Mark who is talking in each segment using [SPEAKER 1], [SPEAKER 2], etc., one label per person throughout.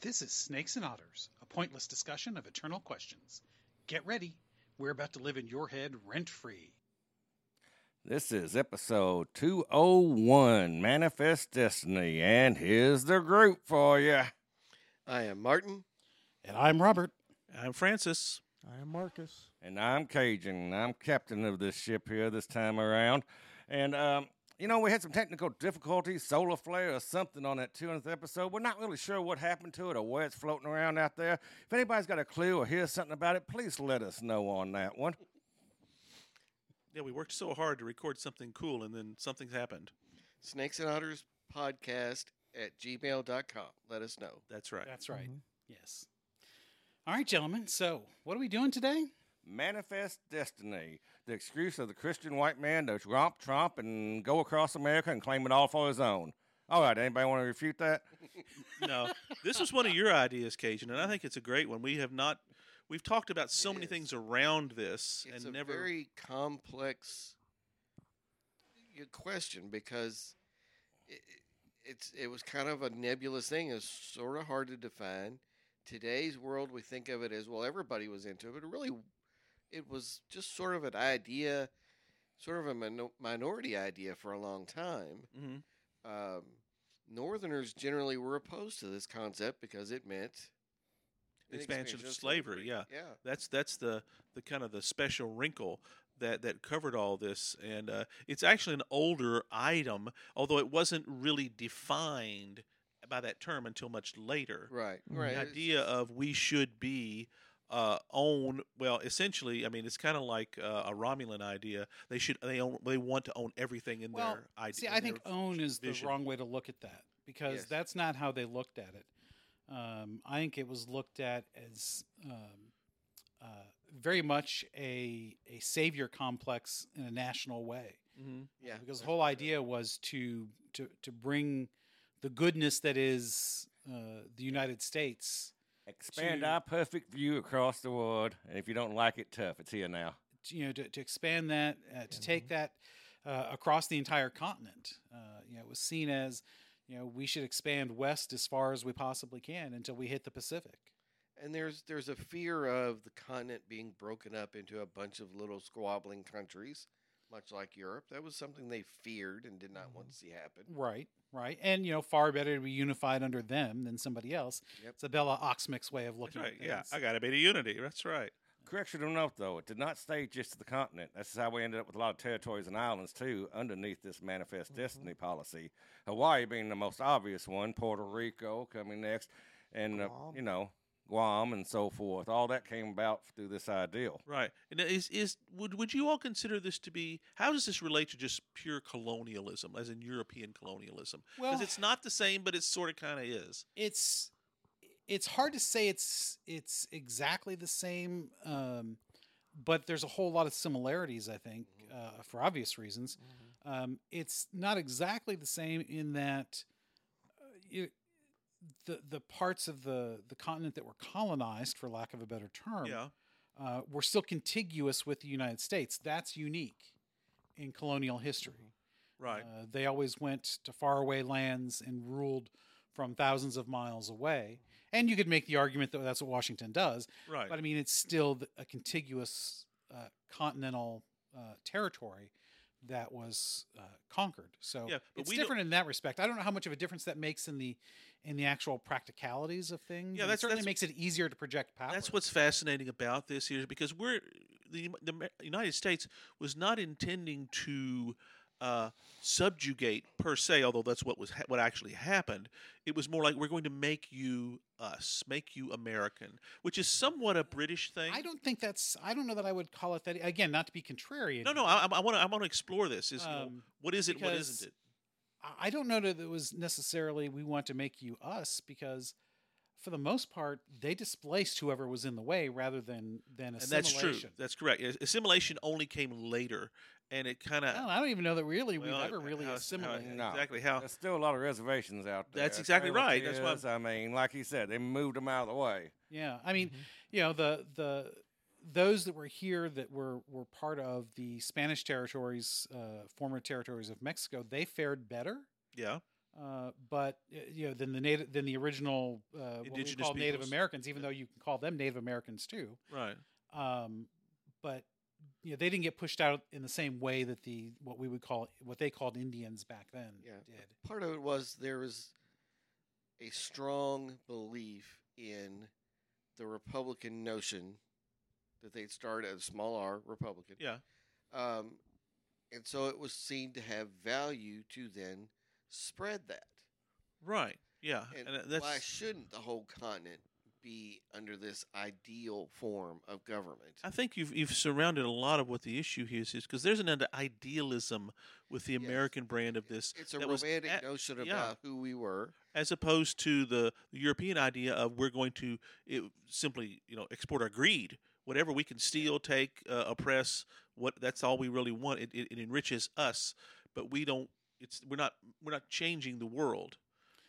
[SPEAKER 1] This is Snakes and Otters, a pointless discussion of eternal questions. Get ready. We're about to live in your head rent free.
[SPEAKER 2] This is episode 201 Manifest Destiny, and here's the group for you.
[SPEAKER 3] I am Martin.
[SPEAKER 1] And I'm Robert.
[SPEAKER 4] I'm Francis.
[SPEAKER 5] I am Marcus.
[SPEAKER 2] And I'm Cajun. I'm captain of this ship here this time around. And, um, you know, we had some technical difficulties, solar flare or something on that 200th episode. We're not really sure what happened to it or where it's floating around out there. If anybody's got a clue or hears something about it, please let us know on that one.
[SPEAKER 4] Yeah, we worked so hard to record something cool and then something's happened.
[SPEAKER 3] Snakes and Otters podcast at gmail.com. Let us know.
[SPEAKER 4] That's right.
[SPEAKER 1] That's right. Yes. All right, gentlemen. So, what are we doing today?
[SPEAKER 2] Manifest Destiny, the excuse of the Christian white man to romp Trump and go across America and claim it all for his own. All right, anybody want to refute that?
[SPEAKER 4] no, this was one of your ideas, Cajun, and I think it's a great one. We have not, we've talked about
[SPEAKER 3] Mm-hmm.
[SPEAKER 4] so
[SPEAKER 3] It
[SPEAKER 4] many
[SPEAKER 3] is.
[SPEAKER 4] things around this
[SPEAKER 3] It's a
[SPEAKER 4] and never.
[SPEAKER 3] very complex y- question because it, it's it was kind of a nebulous thing. It's sort of hard to define. Today's world, we think of it as well. Everybody was into it, but it really, it was just sort of an idea, sort of a mino- minority idea for a long time.
[SPEAKER 4] Mhm.
[SPEAKER 3] um, Northerners generally were opposed to this concept because it meant an
[SPEAKER 4] Expansion of slavery, yeah.
[SPEAKER 3] yeah.
[SPEAKER 4] That's that's the the kind of the special wrinkle that that covered all this, and uh, it's actually an older item, although it wasn't really defined by that term until much later.
[SPEAKER 3] Right,
[SPEAKER 1] Mm-hmm.
[SPEAKER 5] Mm.
[SPEAKER 3] right.
[SPEAKER 4] the
[SPEAKER 3] It's-
[SPEAKER 4] idea of we should be uh, own well essentially i mean it's kind of like uh, a romulan idea they should they own they want to own everything in
[SPEAKER 1] Well,
[SPEAKER 4] their idea
[SPEAKER 1] See, I think own is the
[SPEAKER 4] vision.
[SPEAKER 1] wrong way to look at that because
[SPEAKER 3] Yes.
[SPEAKER 1] that's not how they looked at it. Um, I think it was looked at as um, uh, very much a, a savior complex in a national way.
[SPEAKER 4] hmm
[SPEAKER 3] yeah,
[SPEAKER 1] because the whole idea was to to to bring the goodness that is uh, the United States
[SPEAKER 2] Expand
[SPEAKER 1] To-
[SPEAKER 2] our perfect view across the world, and if you don't like it, tough. It's here now.
[SPEAKER 1] to, you know to, to expand that uh, to
[SPEAKER 4] Mm-hmm.
[SPEAKER 1] take that uh, across the entire continent uh, you know it was seen as you know we should expand west as far as we possibly can until we hit the Pacific
[SPEAKER 3] and there's there's a fear of the continent being broken up into a bunch of little squabbling countries, much like Europe. That was something they feared and did not
[SPEAKER 1] Mm-hmm.
[SPEAKER 3] want to see happen.
[SPEAKER 1] right right and you know far better to be unified under them than somebody else
[SPEAKER 3] Yep.
[SPEAKER 1] it's a Bella Oxmick's way of
[SPEAKER 4] that's
[SPEAKER 1] looking
[SPEAKER 4] right
[SPEAKER 1] at
[SPEAKER 4] yeah
[SPEAKER 1] things.
[SPEAKER 4] i gotta be the unity that's right
[SPEAKER 2] Correction of note, though, it did not stay just to the continent. That's how we ended up with a lot of territories and islands, too, underneath this Manifest Destiny policy. Hawaii being the most obvious one, Puerto Rico coming next, and, uh,
[SPEAKER 5] Guam.
[SPEAKER 2] you know, Guam and so forth. All that came about through this ideal.
[SPEAKER 4] right and is is would would you all consider this to be how does this relate to just pure colonialism as in european colonialism because
[SPEAKER 1] well
[SPEAKER 4] it's not the same but it sort of kind of is
[SPEAKER 1] it's it's hard to say it's it's exactly the same um, but there's a whole lot of similarities i think uh, for obvious reasons um, it's not exactly the same in that uh, you, the the parts of the the continent that were colonized for lack of a better term
[SPEAKER 4] yeah
[SPEAKER 1] uh, were still contiguous with the united states that's unique in colonial history
[SPEAKER 4] right
[SPEAKER 1] uh, they always went to faraway lands and ruled from thousands of miles away. And you could make the argument that that's what Washington does,
[SPEAKER 4] right
[SPEAKER 1] but I mean, it's still th- a contiguous uh, continental uh, territory that was uh, conquered. So
[SPEAKER 4] Yeah, but
[SPEAKER 1] it's
[SPEAKER 4] we don't-
[SPEAKER 1] different in that respect. I don't know how much of a difference that makes in the in the actual practicalities of things.
[SPEAKER 4] Yeah,
[SPEAKER 1] and it
[SPEAKER 4] that's-
[SPEAKER 1] certainly makes
[SPEAKER 4] that's-
[SPEAKER 1] it easier to project power.
[SPEAKER 4] That's what's fascinating about this here, is because we're the, the Ma- United States was not intending to uh, subjugate per se, although that's what was ha- what actually happened. It was more like we're going to make you us, make you American, which is somewhat a British thing.
[SPEAKER 1] I don't think that's. I don't know that I would call it that. Again, not to be contrarian.
[SPEAKER 4] No, no, I want to. I want to explore this. Is you know,
[SPEAKER 1] Um,
[SPEAKER 4] what is it? What
[SPEAKER 1] because-
[SPEAKER 4] isn't it?
[SPEAKER 1] I- I don't know that it was necessarily we want to make you us because for the most part they displaced whoever was in the way rather than than
[SPEAKER 4] And that's
[SPEAKER 1] assimilation.
[SPEAKER 4] true. That's correct. Yeah, Assimilation only came later, and it kind
[SPEAKER 1] I
[SPEAKER 4] of.
[SPEAKER 1] don't, I don't even know that really we
[SPEAKER 4] Well,
[SPEAKER 1] ever really
[SPEAKER 4] how- how-
[SPEAKER 1] assimilated.
[SPEAKER 2] No.
[SPEAKER 4] Exactly how
[SPEAKER 2] There's still a lot of reservations out there.
[SPEAKER 4] That's exactly
[SPEAKER 2] There
[SPEAKER 4] right. That's why-
[SPEAKER 2] is. I mean, like he said, they moved them out of the way.
[SPEAKER 1] Yeah, I
[SPEAKER 4] Mm-hmm.
[SPEAKER 1] mean, you know the the those that were here that were were part of the Spanish territories, uh, former territories of Mexico, they fared better.
[SPEAKER 4] yeah
[SPEAKER 1] Uh, but uh, you know, than the native, than the original uh, what we
[SPEAKER 4] Indigenous
[SPEAKER 1] call Native
[SPEAKER 4] peoples.
[SPEAKER 1] Americans, even
[SPEAKER 4] Yeah.
[SPEAKER 1] though you can call them Native Americans too.
[SPEAKER 4] Right.
[SPEAKER 1] Um, but you know, they didn't get pushed out in the same way that the what we would call what they called Indians back then
[SPEAKER 3] Yeah.
[SPEAKER 1] did.
[SPEAKER 3] part of it was there was a strong belief in the Republican notion that they'd start as small r Republican.
[SPEAKER 4] Yeah.
[SPEAKER 3] Um, and so it was seen to have value to then spread that.
[SPEAKER 4] Right. Yeah.
[SPEAKER 3] And,
[SPEAKER 4] And, uh, that's
[SPEAKER 3] why shouldn't the whole continent be under this ideal form of government?
[SPEAKER 4] I think you've you've surrounded a lot of what the issue here is because there's an under- idealism with the
[SPEAKER 3] Yes.
[SPEAKER 4] American brand of this,
[SPEAKER 3] it's a
[SPEAKER 4] that was
[SPEAKER 3] romantic
[SPEAKER 4] at-
[SPEAKER 3] notion about
[SPEAKER 4] yeah.
[SPEAKER 3] who we were.
[SPEAKER 4] as opposed to the European idea of we're going to it, simply you know export our greed, whatever we can steal, take, uh, oppress. What that's all we really want. It, it, it enriches us, but we don't. It's we're not we're not changing the world.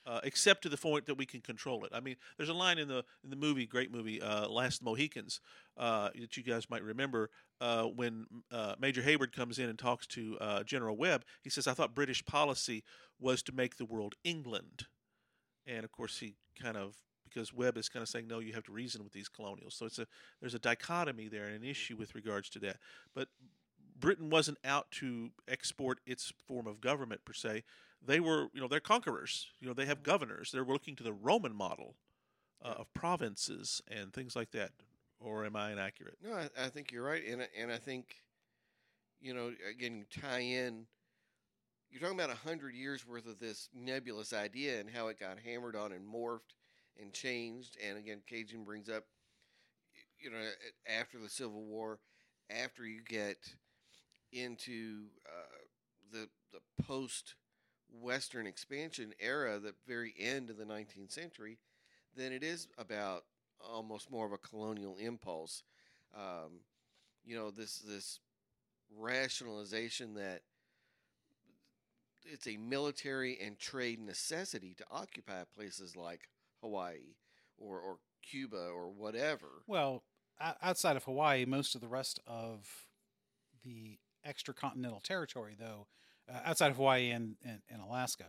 [SPEAKER 4] Uh, except to the point that we can control it. I mean, there's a line in the in the movie, great movie, uh, Last Mohicans, uh, that you guys might remember uh, when uh, Major Hayward comes in and talks to uh, General Webb. He says, "I thought British policy was to make the world England," and of course he kind of because Webb is kind of saying, "No, you have to reason with these colonials." So it's a there's a dichotomy there and an issue
[SPEAKER 3] Mm-hmm.
[SPEAKER 4] with regards to that. But Britain wasn't out to export its form of government per se. They were, you know, they're conquerors. You know, they
[SPEAKER 3] Mm-hmm.
[SPEAKER 4] have governors. They're looking to the Roman model uh, of provinces and things like that. Or am I inaccurate?
[SPEAKER 3] No, I, I think you're right, and I- and I think, you know, again, you tie in. You're talking about a hundred years worth of this nebulous idea and how it got hammered on and morphed and changed. And again, Cajun brings up, y- you know, a- after the Civil War, after you get into uh, the the post Western expansion era, the very end of the 19th century, then it is about almost more of a colonial impulse um, you know this this rationalization that it's a military and trade necessity to occupy places like Hawaii or or Cuba or whatever.
[SPEAKER 1] Well, o- outside of Hawaii, most of the rest of the extracontinental territory, though, uh, outside of Hawaii and, and, and Alaska,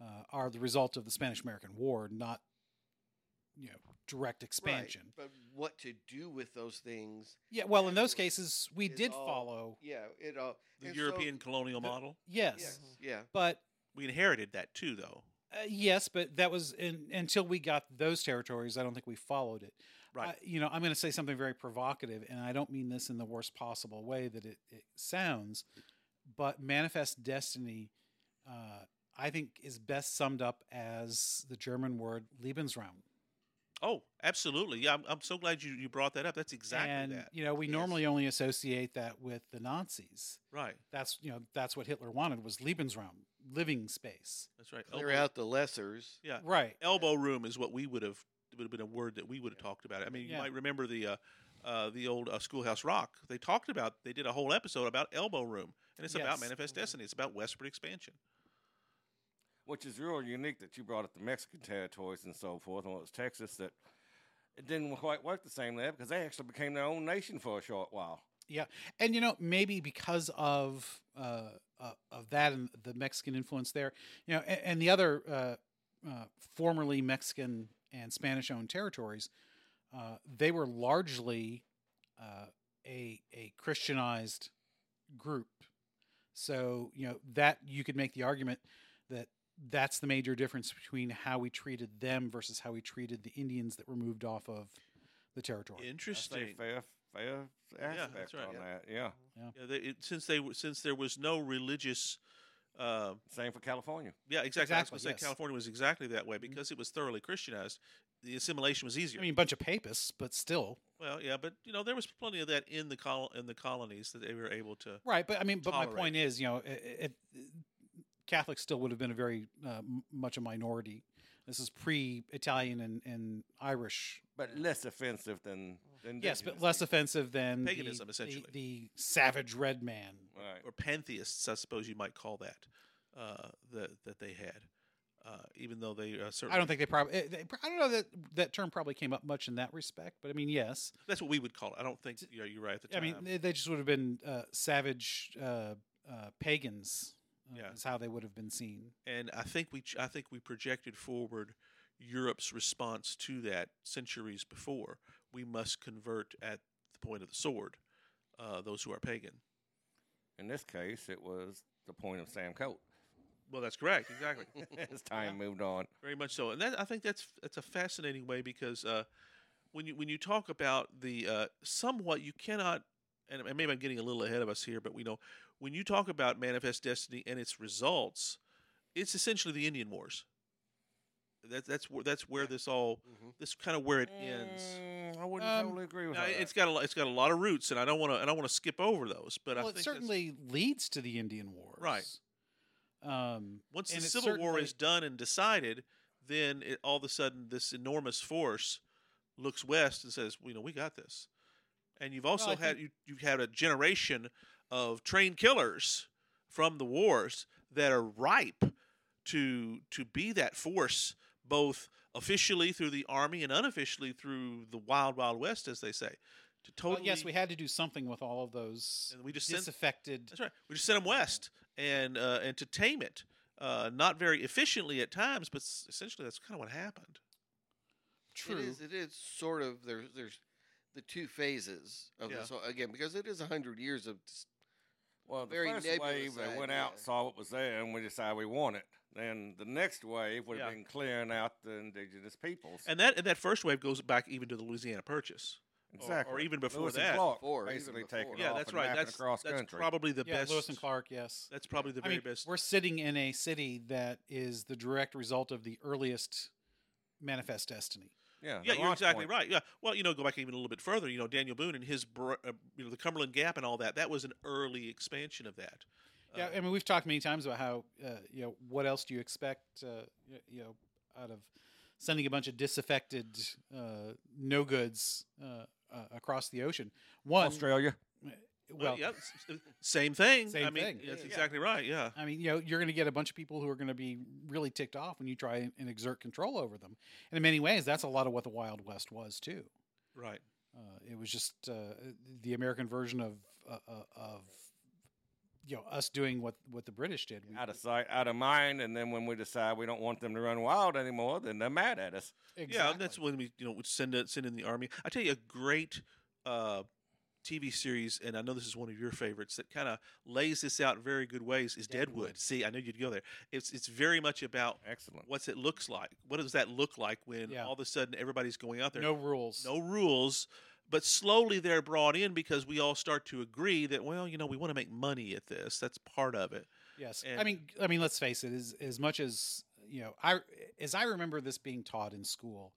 [SPEAKER 1] uh, are the result of the Spanish American War, not you know direct expansion.
[SPEAKER 3] Right. But what to do with those things?
[SPEAKER 1] Yeah, well, in those
[SPEAKER 3] Absolutely.
[SPEAKER 1] cases, we
[SPEAKER 3] It's
[SPEAKER 1] did
[SPEAKER 3] all-
[SPEAKER 1] follow.
[SPEAKER 3] Yeah, it all
[SPEAKER 4] The
[SPEAKER 3] and so-
[SPEAKER 4] European colonial
[SPEAKER 1] The-
[SPEAKER 4] model.
[SPEAKER 1] Yes,
[SPEAKER 3] Yes, yeah.
[SPEAKER 1] but
[SPEAKER 4] We inherited that too, though.
[SPEAKER 1] uh, yes, but that was in, until we got those territories. I don't think we followed it.
[SPEAKER 4] Right.
[SPEAKER 1] I- you know, I'm going to say something very provocative, and I don't mean this in the worst possible way that it, it sounds, but manifest destiny, uh, I think, is best summed up as the German word Lebensraum.
[SPEAKER 4] oh, absolutely. Yeah, I'm, I'm so glad you, you brought that up. That's exactly
[SPEAKER 1] and
[SPEAKER 4] that.
[SPEAKER 1] you know, we
[SPEAKER 3] Yes.
[SPEAKER 1] normally only associate that with the Nazis.
[SPEAKER 4] Right.
[SPEAKER 1] That's you know, that's what Hitler wanted was Lebensraum, living space.
[SPEAKER 4] That's right.
[SPEAKER 3] Clear
[SPEAKER 4] Elbow-
[SPEAKER 3] out the lessers.
[SPEAKER 4] Yeah.
[SPEAKER 1] Right.
[SPEAKER 4] elbow room is what we would have would have been a word that we would have talked about. I mean, you
[SPEAKER 1] Yeah.
[SPEAKER 4] might remember the uh, uh, the old uh, Schoolhouse Rock. They talked about they did a whole episode about elbow room, and it's about
[SPEAKER 1] Yes.
[SPEAKER 4] manifest destiny. It's about westward expansion.
[SPEAKER 2] which is real unique that you brought up the Mexican territories and so forth, and it was Texas that it didn't quite work the same there because they actually became their own nation for a short while.
[SPEAKER 1] and you know maybe because of uh, uh, of that and the Mexican influence there, you know, and, and the other uh, uh, formerly Mexican and Spanish owned territories, uh, they were largely uh, a a Christianized group. So you know that you could make the argument that that's the major difference between how we treated them versus how we treated the Indians that were moved off of the territory.
[SPEAKER 2] That's a
[SPEAKER 4] Interesting.
[SPEAKER 2] fair, fair aspect
[SPEAKER 4] that's right.
[SPEAKER 2] on
[SPEAKER 3] Yeah.
[SPEAKER 2] that. Yeah.
[SPEAKER 4] Yeah, they, it, since they were- since there was no religious. Uh,
[SPEAKER 2] Same for California.
[SPEAKER 4] yeah, exactly. I was
[SPEAKER 1] Exactly,
[SPEAKER 4] going to say
[SPEAKER 1] yes. Mm-hmm.
[SPEAKER 4] California was exactly that way because it was thoroughly Christianized. The assimilation was easier.
[SPEAKER 1] I mean, a bunch of papists, but still.
[SPEAKER 4] well, yeah, but you know there was plenty of that in the col- in the colonies that they were able to.
[SPEAKER 1] Right, but I mean, but my
[SPEAKER 4] tolerate.
[SPEAKER 1] point is, you know, it, it, Catholics still would have been a very uh, m- much a minority. This is pre-Italian and, and Irish,
[SPEAKER 2] But less offensive than, than
[SPEAKER 1] yes, but
[SPEAKER 2] indigenous
[SPEAKER 1] less
[SPEAKER 2] people.
[SPEAKER 1] offensive than the-
[SPEAKER 4] Paganism,
[SPEAKER 1] the,
[SPEAKER 4] essentially.
[SPEAKER 1] the savage red man.
[SPEAKER 2] Right.
[SPEAKER 4] or pantheists, I suppose you might call that, uh, that that they had, uh, even though they uh, certainly
[SPEAKER 1] I don't think they probably. They, I don't know that that term probably came up much in that respect, but I mean, yes,
[SPEAKER 4] that's what we would call it. I don't think you know, you're right at the
[SPEAKER 1] I
[SPEAKER 4] time.
[SPEAKER 1] mean, they, they just would have been uh, savage uh, uh, pagans. uh,
[SPEAKER 4] Yeah.
[SPEAKER 1] is how they would have been seen.
[SPEAKER 4] and I think we ch- I think we projected forward Europe's response to that centuries before. We must convert at the point of the sword uh, those who are pagan.
[SPEAKER 2] In this case, it was the point of Sam Colt.
[SPEAKER 4] Well, that's correct, exactly,
[SPEAKER 2] As time moved on,
[SPEAKER 4] very much so. And that, I think that's that's a fascinating way because uh, when you when you talk about the uh, somewhat you cannot. And and maybe I'm getting a little ahead of us here, but we know when you talk about manifest destiny and its results, it's essentially the Indian Wars. That, that's where that's where this all
[SPEAKER 3] Mm-hmm.
[SPEAKER 4] that's kind of where it ends.
[SPEAKER 2] Mm, I wouldn't
[SPEAKER 1] Um,
[SPEAKER 2] totally agree with
[SPEAKER 4] Now,
[SPEAKER 2] that.
[SPEAKER 4] it's got a lo- it's got a lot of roots, and I don't want to I don't want to skip over those. But I
[SPEAKER 1] well,
[SPEAKER 4] think
[SPEAKER 1] it
[SPEAKER 4] that's-
[SPEAKER 1] certainly leads to the Indian Wars,
[SPEAKER 4] Right.
[SPEAKER 1] Um,
[SPEAKER 4] once the
[SPEAKER 1] and it
[SPEAKER 4] Civil War
[SPEAKER 1] certainly-
[SPEAKER 4] is done and decided, then it, all of a sudden this enormous force looks west and says, "You know, we got this." And you've also
[SPEAKER 1] I
[SPEAKER 4] had you you've had a generation of trained killers from the wars that are ripe to to be that force, both officially through the army and unofficially through the wild wild west, as they say. To
[SPEAKER 1] well,
[SPEAKER 4] totally
[SPEAKER 1] yes, we had to do something with all of those
[SPEAKER 4] and we just sent
[SPEAKER 1] disaffected.
[SPEAKER 4] That's right. We just sent them west and uh, and to tame it, uh, not very efficiently at times, but s- essentially that's kind of what happened.
[SPEAKER 1] True.
[SPEAKER 3] It is, it is sort of there's there's the two phases of
[SPEAKER 4] Yeah.
[SPEAKER 3] this whole- again because it is a hundred years of s-
[SPEAKER 2] well, the
[SPEAKER 3] very
[SPEAKER 2] first
[SPEAKER 3] nebulous
[SPEAKER 2] wave they went
[SPEAKER 3] idea.
[SPEAKER 2] out, saw what was there, and we decided we want it. Then the next wave would have
[SPEAKER 4] Yeah.
[SPEAKER 2] been clearing out the indigenous peoples.
[SPEAKER 4] And that and that first wave goes back even to the Louisiana Purchase.
[SPEAKER 2] exactly.
[SPEAKER 4] or even before
[SPEAKER 2] Lewis
[SPEAKER 4] that.
[SPEAKER 2] and Clark
[SPEAKER 3] Before, even
[SPEAKER 2] basically
[SPEAKER 3] before.
[SPEAKER 2] taking
[SPEAKER 3] Going
[SPEAKER 4] yeah,
[SPEAKER 2] off
[SPEAKER 4] that's
[SPEAKER 2] and
[SPEAKER 4] right.
[SPEAKER 2] mapping
[SPEAKER 4] That's,
[SPEAKER 2] across
[SPEAKER 4] that's
[SPEAKER 2] country.
[SPEAKER 4] probably the
[SPEAKER 1] yeah,
[SPEAKER 4] best.
[SPEAKER 1] Lewis and Clark. Yes.
[SPEAKER 4] That's probably the
[SPEAKER 1] I
[SPEAKER 4] very
[SPEAKER 1] mean,
[SPEAKER 4] best.
[SPEAKER 1] We're sitting in a city that is the direct result of the earliest manifest destiny.
[SPEAKER 2] yeah, the
[SPEAKER 4] Yeah, you're
[SPEAKER 2] launch
[SPEAKER 4] exactly
[SPEAKER 2] point.
[SPEAKER 4] right. Yeah, well, you know, go back even a little bit further. You know, Daniel Boone and his, br- uh, you know, the Cumberland Gap and all that. That was an early expansion of that.
[SPEAKER 1] Yeah,
[SPEAKER 4] Uh,
[SPEAKER 1] I mean, we've talked many times about how uh, you know what else do you expect, uh, y- you know, out of sending a bunch of disaffected uh, no goods uh, uh, across the ocean. One,
[SPEAKER 2] Australia.
[SPEAKER 1] well,
[SPEAKER 4] yeah, s- s- same thing.
[SPEAKER 1] Same
[SPEAKER 4] I mean,
[SPEAKER 1] thing.
[SPEAKER 4] that's
[SPEAKER 3] Yeah.
[SPEAKER 4] exactly right. Yeah,
[SPEAKER 1] I mean, you know, you're going to get a bunch of people who are going to be really ticked off when you try and- and exert control over them. And in many ways, that's a lot of what the Wild West was too.
[SPEAKER 4] right.
[SPEAKER 1] Uh, it was just uh, the American version of uh, uh, of you know us doing what what the British did. We-
[SPEAKER 2] out of sight, out of mind, and then when we decide we don't want them to run wild anymore, then they're mad at us.
[SPEAKER 4] Yeah, and that's
[SPEAKER 1] exactly.
[SPEAKER 4] when we you know would send it, send in the army. I tell you a great uh, TV series, and I know this is one of your favorites that kind of lays this out in very good ways. Is Deadwood.
[SPEAKER 1] Deadwood.
[SPEAKER 4] See, I knew you'd go there. It's it's very much about
[SPEAKER 2] Excellent.
[SPEAKER 4] what's it looks like. What does that look like when
[SPEAKER 1] Yeah.
[SPEAKER 4] all of a sudden everybody's going out there?
[SPEAKER 1] no rules.
[SPEAKER 4] no rules. But slowly they're brought in because we all start to agree that well, you know, we want to make money at this. That's part of it.
[SPEAKER 1] Yes, I
[SPEAKER 4] And-
[SPEAKER 1] mean, I mean, let's face it. As as much as you know, I as I remember this being taught in school,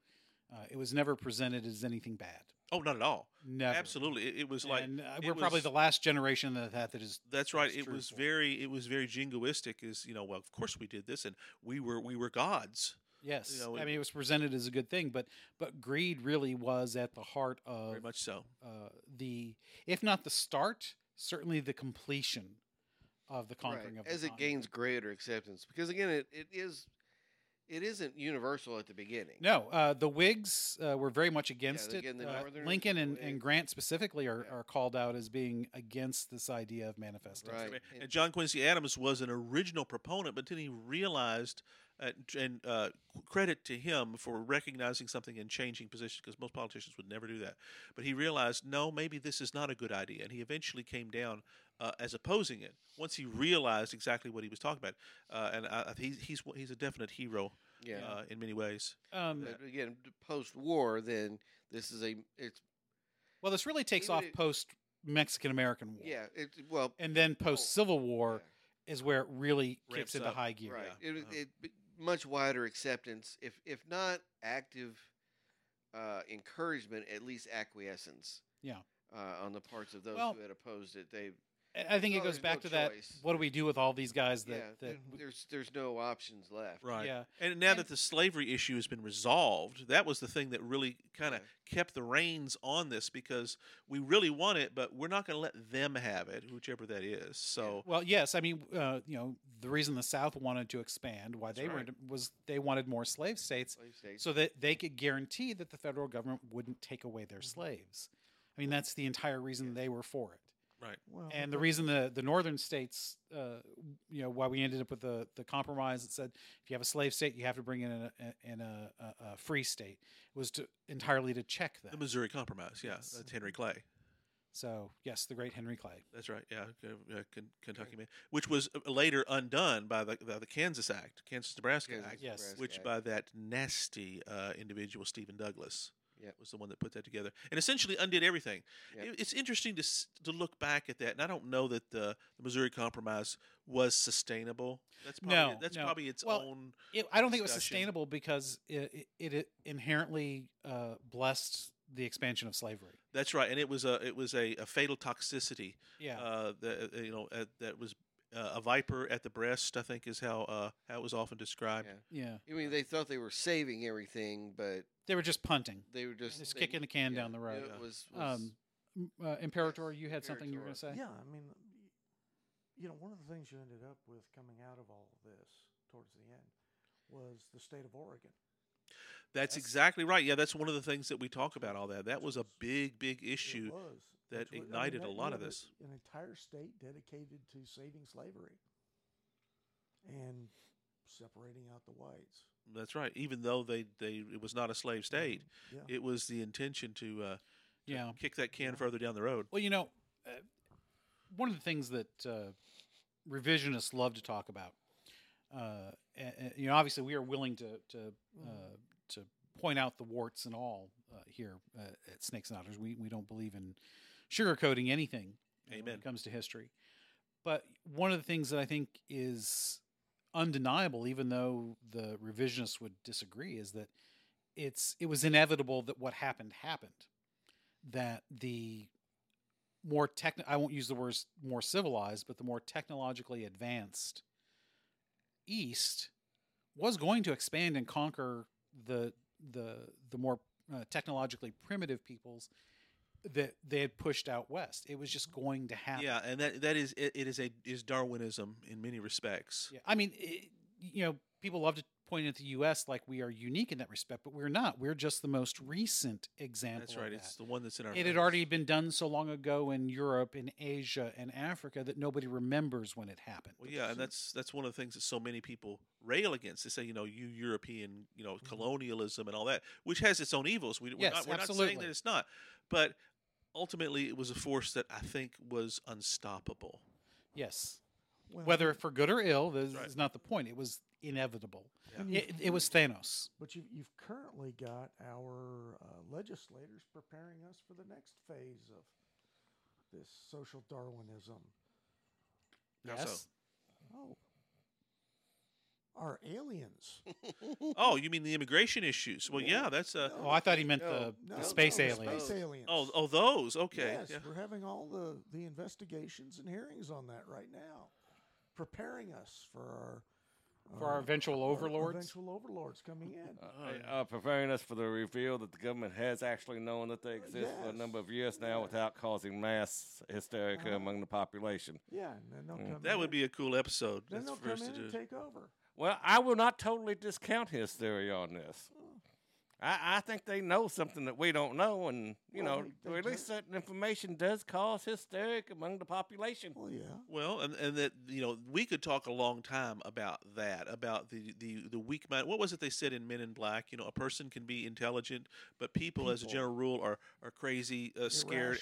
[SPEAKER 1] uh, it was never presented as anything bad.
[SPEAKER 4] Oh, not at all.
[SPEAKER 1] Never,
[SPEAKER 4] Absolutely, it, it was like
[SPEAKER 1] and uh,
[SPEAKER 4] it
[SPEAKER 1] we're probably
[SPEAKER 4] was-
[SPEAKER 1] the last generation that that that is.
[SPEAKER 4] That's right.
[SPEAKER 1] That's
[SPEAKER 4] It
[SPEAKER 1] true
[SPEAKER 4] was
[SPEAKER 1] for-
[SPEAKER 4] very it was very jingoistic is you know, well of course we did this and we were we were gods.
[SPEAKER 1] Yes,
[SPEAKER 4] You know,
[SPEAKER 1] I
[SPEAKER 4] it-
[SPEAKER 1] mean, it was presented as a good thing, but but greed really was at the heart
[SPEAKER 4] Very
[SPEAKER 1] of
[SPEAKER 4] much so.
[SPEAKER 1] uh, the, if not the start, certainly the completion of the
[SPEAKER 3] right,
[SPEAKER 1] conquering of the
[SPEAKER 3] as it
[SPEAKER 1] continent.
[SPEAKER 3] gains greater acceptance because again it, it is it isn't universal at the beginning.
[SPEAKER 1] No, uh, the Whigs uh, were very much against it.
[SPEAKER 3] again, the
[SPEAKER 1] Uh,
[SPEAKER 3] Northerners,
[SPEAKER 1] Lincoln
[SPEAKER 3] the
[SPEAKER 1] and, and
[SPEAKER 3] Whigs.
[SPEAKER 1] Grant specifically are,
[SPEAKER 3] Yeah.
[SPEAKER 1] are called out as being against this idea of manifesto.
[SPEAKER 3] Right.
[SPEAKER 4] And-
[SPEAKER 3] and-
[SPEAKER 4] And John Quincy Adams was an original proponent, but then he realized, uh, and uh, credit to him for recognizing something and changing positions, because most politicians would never do that. But he realized, no, maybe this is not a good idea, and he eventually came down uh, as opposing it once he realized exactly what he was talking about. Uh, and I, I- he's he's he's a definite hero
[SPEAKER 3] Yeah.
[SPEAKER 4] uh, in many ways.
[SPEAKER 1] Um,
[SPEAKER 3] But again, post war, then this is a it's
[SPEAKER 1] well, this really takes
[SPEAKER 3] Even
[SPEAKER 1] off
[SPEAKER 3] it-
[SPEAKER 1] post Mexican American War.
[SPEAKER 3] yeah Oh. it well
[SPEAKER 1] And then post Civil War is where it really
[SPEAKER 4] Ramps
[SPEAKER 1] kicks into
[SPEAKER 4] up.
[SPEAKER 1] high gear.
[SPEAKER 3] Right.
[SPEAKER 4] yeah.
[SPEAKER 3] It,
[SPEAKER 4] Uh-huh.
[SPEAKER 1] uh,
[SPEAKER 3] it, b- much wider acceptance, if if not active uh, encouragement, at least acquiescence.
[SPEAKER 1] Yeah.
[SPEAKER 3] Uh, on the parts of those
[SPEAKER 1] Well-
[SPEAKER 3] who had opposed it, they
[SPEAKER 1] I- I think it goes
[SPEAKER 3] Well, Oh, there's
[SPEAKER 1] back
[SPEAKER 3] no
[SPEAKER 1] to that.
[SPEAKER 3] choice.
[SPEAKER 1] What do we do with all these guys that?
[SPEAKER 3] yeah.
[SPEAKER 1] that
[SPEAKER 3] there- there's there's no options left.
[SPEAKER 4] Right.
[SPEAKER 1] Yeah.
[SPEAKER 4] And now
[SPEAKER 1] And-
[SPEAKER 4] that the slavery issue has been resolved, that was the thing that really kind of kept the reins on this because we really want it, but we're not going to let them have it, whichever that is. So,
[SPEAKER 1] Well, yes. I mean, uh, you know, the reason the South wanted to expand, why they
[SPEAKER 4] right.
[SPEAKER 1] were was they wanted more slave states
[SPEAKER 3] Slave states.
[SPEAKER 1] so that they could guarantee that the federal government wouldn't take away their slaves. I mean, that's the entire reason they were for it.
[SPEAKER 4] Right.
[SPEAKER 5] Well,
[SPEAKER 1] and the reason the, the northern states, uh, you know, why we ended up with the, the compromise that said if you have a slave state, you have to bring in a, a- in a, a, a free state was to entirely to check
[SPEAKER 4] The
[SPEAKER 1] them.
[SPEAKER 4] Missouri Compromise. Yeah,
[SPEAKER 1] Yes.
[SPEAKER 4] that's Henry Clay.
[SPEAKER 1] so yes, the great Henry Clay.
[SPEAKER 4] That's right. Yeah, K- uh, Ken- Kentucky man, which was uh, later undone by the by the Kansas Act, Kansas Nebraska
[SPEAKER 3] Kansas,
[SPEAKER 4] Act,
[SPEAKER 1] Yes.
[SPEAKER 3] Nebraska
[SPEAKER 4] which
[SPEAKER 3] Act.
[SPEAKER 4] by that nasty uh, individual Stephen Douglas.
[SPEAKER 3] Yep.
[SPEAKER 4] was the one that put that together and essentially undid everything.
[SPEAKER 3] Yep.
[SPEAKER 4] It- It's interesting to s- to look back at that, and I don't know that the, the Missouri Compromise was sustainable. That's probably,
[SPEAKER 1] No,
[SPEAKER 4] that's
[SPEAKER 1] no.
[SPEAKER 4] probably its
[SPEAKER 1] Well,
[SPEAKER 4] own.
[SPEAKER 1] It, I don't think it was
[SPEAKER 4] Discussion.
[SPEAKER 1] sustainable because it, it, it inherently uh, blessed the expansion of slavery.
[SPEAKER 4] That's right, and it was a it was a, a fatal toxicity
[SPEAKER 1] Yeah.
[SPEAKER 4] uh, the, uh, you know uh, that was uh, a viper at the breast. I think is how uh, how it was often described.
[SPEAKER 3] Yeah.
[SPEAKER 1] yeah.
[SPEAKER 3] I mean, they thought they were saving everything, but
[SPEAKER 1] They were just punting.
[SPEAKER 3] they were just
[SPEAKER 1] Just
[SPEAKER 3] they-
[SPEAKER 1] kicking the can
[SPEAKER 3] yeah,
[SPEAKER 1] down the road.
[SPEAKER 3] It
[SPEAKER 4] Yeah.
[SPEAKER 3] was, was
[SPEAKER 1] Um, m- uh, Imperator, you had something you were going to
[SPEAKER 3] Imperator.
[SPEAKER 1] say?
[SPEAKER 5] yeah, I mean, y- you know, one of the things you ended up with coming out of all of this towards the end was the state of Oregon.
[SPEAKER 4] That's,
[SPEAKER 5] That's-
[SPEAKER 4] exactly right. Yeah, that's one of the things that we talk about. All that that was a big big issue.
[SPEAKER 5] It was,
[SPEAKER 4] that
[SPEAKER 5] which wa- I mean,
[SPEAKER 4] ignited a
[SPEAKER 5] that- you
[SPEAKER 4] lot of
[SPEAKER 5] had
[SPEAKER 4] this.
[SPEAKER 5] An entire state dedicated to saving slavery and separating out the whites.
[SPEAKER 4] That's right. Even though they they it was not a slave state,
[SPEAKER 5] Yeah.
[SPEAKER 4] it was the intention to uh,
[SPEAKER 1] Yeah.
[SPEAKER 4] kick that can
[SPEAKER 5] Yeah.
[SPEAKER 4] further down the road.
[SPEAKER 1] Well, you know, uh, one of the things that uh, revisionists love to talk about, uh, and, you know, obviously we are willing to to uh,
[SPEAKER 5] Mhm.
[SPEAKER 1] to point out the warts and all uh, here uh, at Snakes and Otters. We we don't believe in sugarcoating anything uh, when
[SPEAKER 4] Amen.
[SPEAKER 1] it comes to history. But one of the things that I think is undeniable, even though the revisionists would disagree, is that it's it was inevitable that what happened happened. That the more techn I won't use the words more civilized, but the more technologically advanced East was going to expand and conquer the the the more uh, technologically primitive peoples that they had pushed out west. It was just going to happen.
[SPEAKER 4] Yeah, and that that is it, it is a is Darwinism in many respects.
[SPEAKER 1] Yeah, I mean, it, you know, people love to point at the U.S. like we are unique in that respect, but we're not. We're just the most recent example.
[SPEAKER 4] That's right.
[SPEAKER 1] Of
[SPEAKER 4] It's
[SPEAKER 1] that.
[SPEAKER 4] the one that's in our.
[SPEAKER 1] It had
[SPEAKER 4] face.
[SPEAKER 1] already been done so long ago in Europe, in Asia, and Africa that nobody remembers when it happened.
[SPEAKER 4] Well, yeah, and that's that's one of the things that so many people rail against. They say, you know, you European, you know, colonialism and all that, which has its own evils. We, we're
[SPEAKER 1] Mm-hmm. Yes,
[SPEAKER 4] not, we're not saying
[SPEAKER 1] absolutely.
[SPEAKER 4] that it's not, but ultimately, it was a force that I think was unstoppable.
[SPEAKER 1] Yes.
[SPEAKER 5] Well,
[SPEAKER 1] Whether for good or ill, this
[SPEAKER 4] Right.
[SPEAKER 1] is not the point. It was inevitable.
[SPEAKER 4] Yeah.
[SPEAKER 5] and
[SPEAKER 1] It,
[SPEAKER 5] you've-
[SPEAKER 1] it was Thanos.
[SPEAKER 5] But you've, you've currently got our uh, legislators preparing us for the next phase of this social Darwinism.
[SPEAKER 4] How
[SPEAKER 1] Yes.
[SPEAKER 5] Oh, our aliens.
[SPEAKER 4] Oh, you mean the immigration issues? Well, yeah, that's uh,
[SPEAKER 1] Oh, I thought he meant
[SPEAKER 3] No,
[SPEAKER 1] the,
[SPEAKER 5] No,
[SPEAKER 1] the
[SPEAKER 5] no,
[SPEAKER 1] space
[SPEAKER 5] the
[SPEAKER 1] aliens.
[SPEAKER 5] Space aliens.
[SPEAKER 4] oh, oh, those. Okay,
[SPEAKER 5] Yes,
[SPEAKER 4] yeah.
[SPEAKER 5] we're having all the, the investigations and hearings on that right now, preparing us for our
[SPEAKER 1] For our eventual overlords?
[SPEAKER 5] eventual overlords coming in.
[SPEAKER 2] Uh,
[SPEAKER 4] Oh, yeah.
[SPEAKER 2] uh, preparing us for the reveal that the government has actually known that they exist for a
[SPEAKER 5] yes.
[SPEAKER 2] number of years now
[SPEAKER 5] Yeah.
[SPEAKER 2] without causing mass hysteria
[SPEAKER 5] Uh-huh.
[SPEAKER 2] among the population.
[SPEAKER 5] yeah, and then they'll
[SPEAKER 2] Mm.
[SPEAKER 5] come.
[SPEAKER 4] That
[SPEAKER 5] in
[SPEAKER 4] would
[SPEAKER 5] and-
[SPEAKER 4] be a cool episode. That's
[SPEAKER 5] Then they'll
[SPEAKER 4] for
[SPEAKER 5] come
[SPEAKER 4] us to
[SPEAKER 5] in and
[SPEAKER 4] do.
[SPEAKER 5] take over.
[SPEAKER 2] Well, I will not totally discount hysteria on this. I, I think they know something that we don't know, and you
[SPEAKER 5] Well,
[SPEAKER 2] know,
[SPEAKER 5] they- they
[SPEAKER 2] or at least
[SPEAKER 5] do.
[SPEAKER 2] certain information does cause hysteria among the population.
[SPEAKER 5] Well, yeah.
[SPEAKER 4] Well, and, and that you know we could talk a long time about that, about the the the weak mind. What was it they said in Men in Black? You know, a person can be intelligent, but people, as a
[SPEAKER 5] People.
[SPEAKER 4] general rule, are are crazy, uh, scared,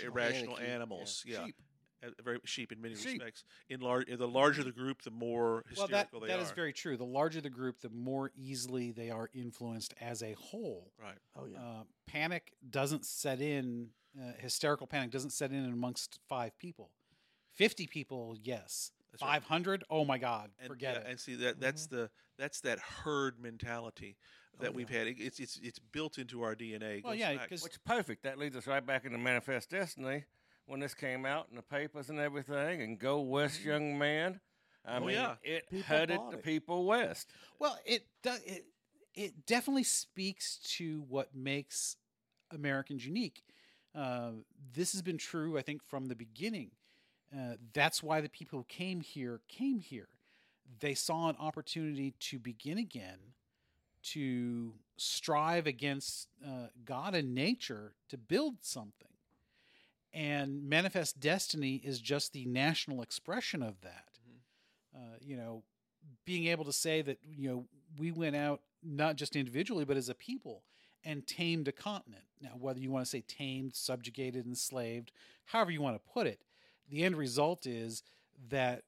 [SPEAKER 4] irrational
[SPEAKER 5] Irrational.
[SPEAKER 3] Manicky, yeah.
[SPEAKER 4] animals. Yeah,
[SPEAKER 3] Sheep.
[SPEAKER 4] Uh, very sheep in many
[SPEAKER 2] Sheep.
[SPEAKER 4] respects. In large, the larger the group, the more
[SPEAKER 1] Well,
[SPEAKER 4] hysterical
[SPEAKER 1] that,
[SPEAKER 4] they
[SPEAKER 1] that
[SPEAKER 4] are.
[SPEAKER 1] is very true. The larger the group, the more easily they are influenced as a whole.
[SPEAKER 4] right.
[SPEAKER 5] Oh, yeah.
[SPEAKER 1] Uh, panic doesn't set in, uh, hysterical panic doesn't set in amongst five people. 50 people, yes.
[SPEAKER 4] That's right.
[SPEAKER 1] 500, oh my God,
[SPEAKER 4] and,
[SPEAKER 1] forget
[SPEAKER 4] yeah,
[SPEAKER 1] it. Mm-hmm.
[SPEAKER 4] And see that that's the that's that herd mentality
[SPEAKER 5] Oh,
[SPEAKER 4] that we've had. It, it's it's it's built into our DNA. It
[SPEAKER 1] well,
[SPEAKER 4] goes
[SPEAKER 1] yeah,
[SPEAKER 4] back.
[SPEAKER 1] because
[SPEAKER 2] Which is perfect. That leads us right back into Manifest Destiny when this came out in the papers and everything. And go west, young man. I
[SPEAKER 4] Oh,
[SPEAKER 2] mean,
[SPEAKER 4] yeah.
[SPEAKER 2] it
[SPEAKER 5] Mm-hmm. People
[SPEAKER 2] headed
[SPEAKER 5] bought
[SPEAKER 2] the
[SPEAKER 5] it.
[SPEAKER 2] people west.
[SPEAKER 1] Well, it does. It, it definitely speaks to what makes Americans unique. Uh, this has been true, I think, from the beginning. Uh, that's why the people who came here came here. They saw an opportunity to begin again, to strive against uh, God and nature to build something. and manifest destiny is just the national expression of that
[SPEAKER 4] Mhm.
[SPEAKER 1] uh, you know being able to say that you know we went out not just individually but as a people and tamed a continent now whether you want to say tamed subjugated enslaved however you want to put it the end result is that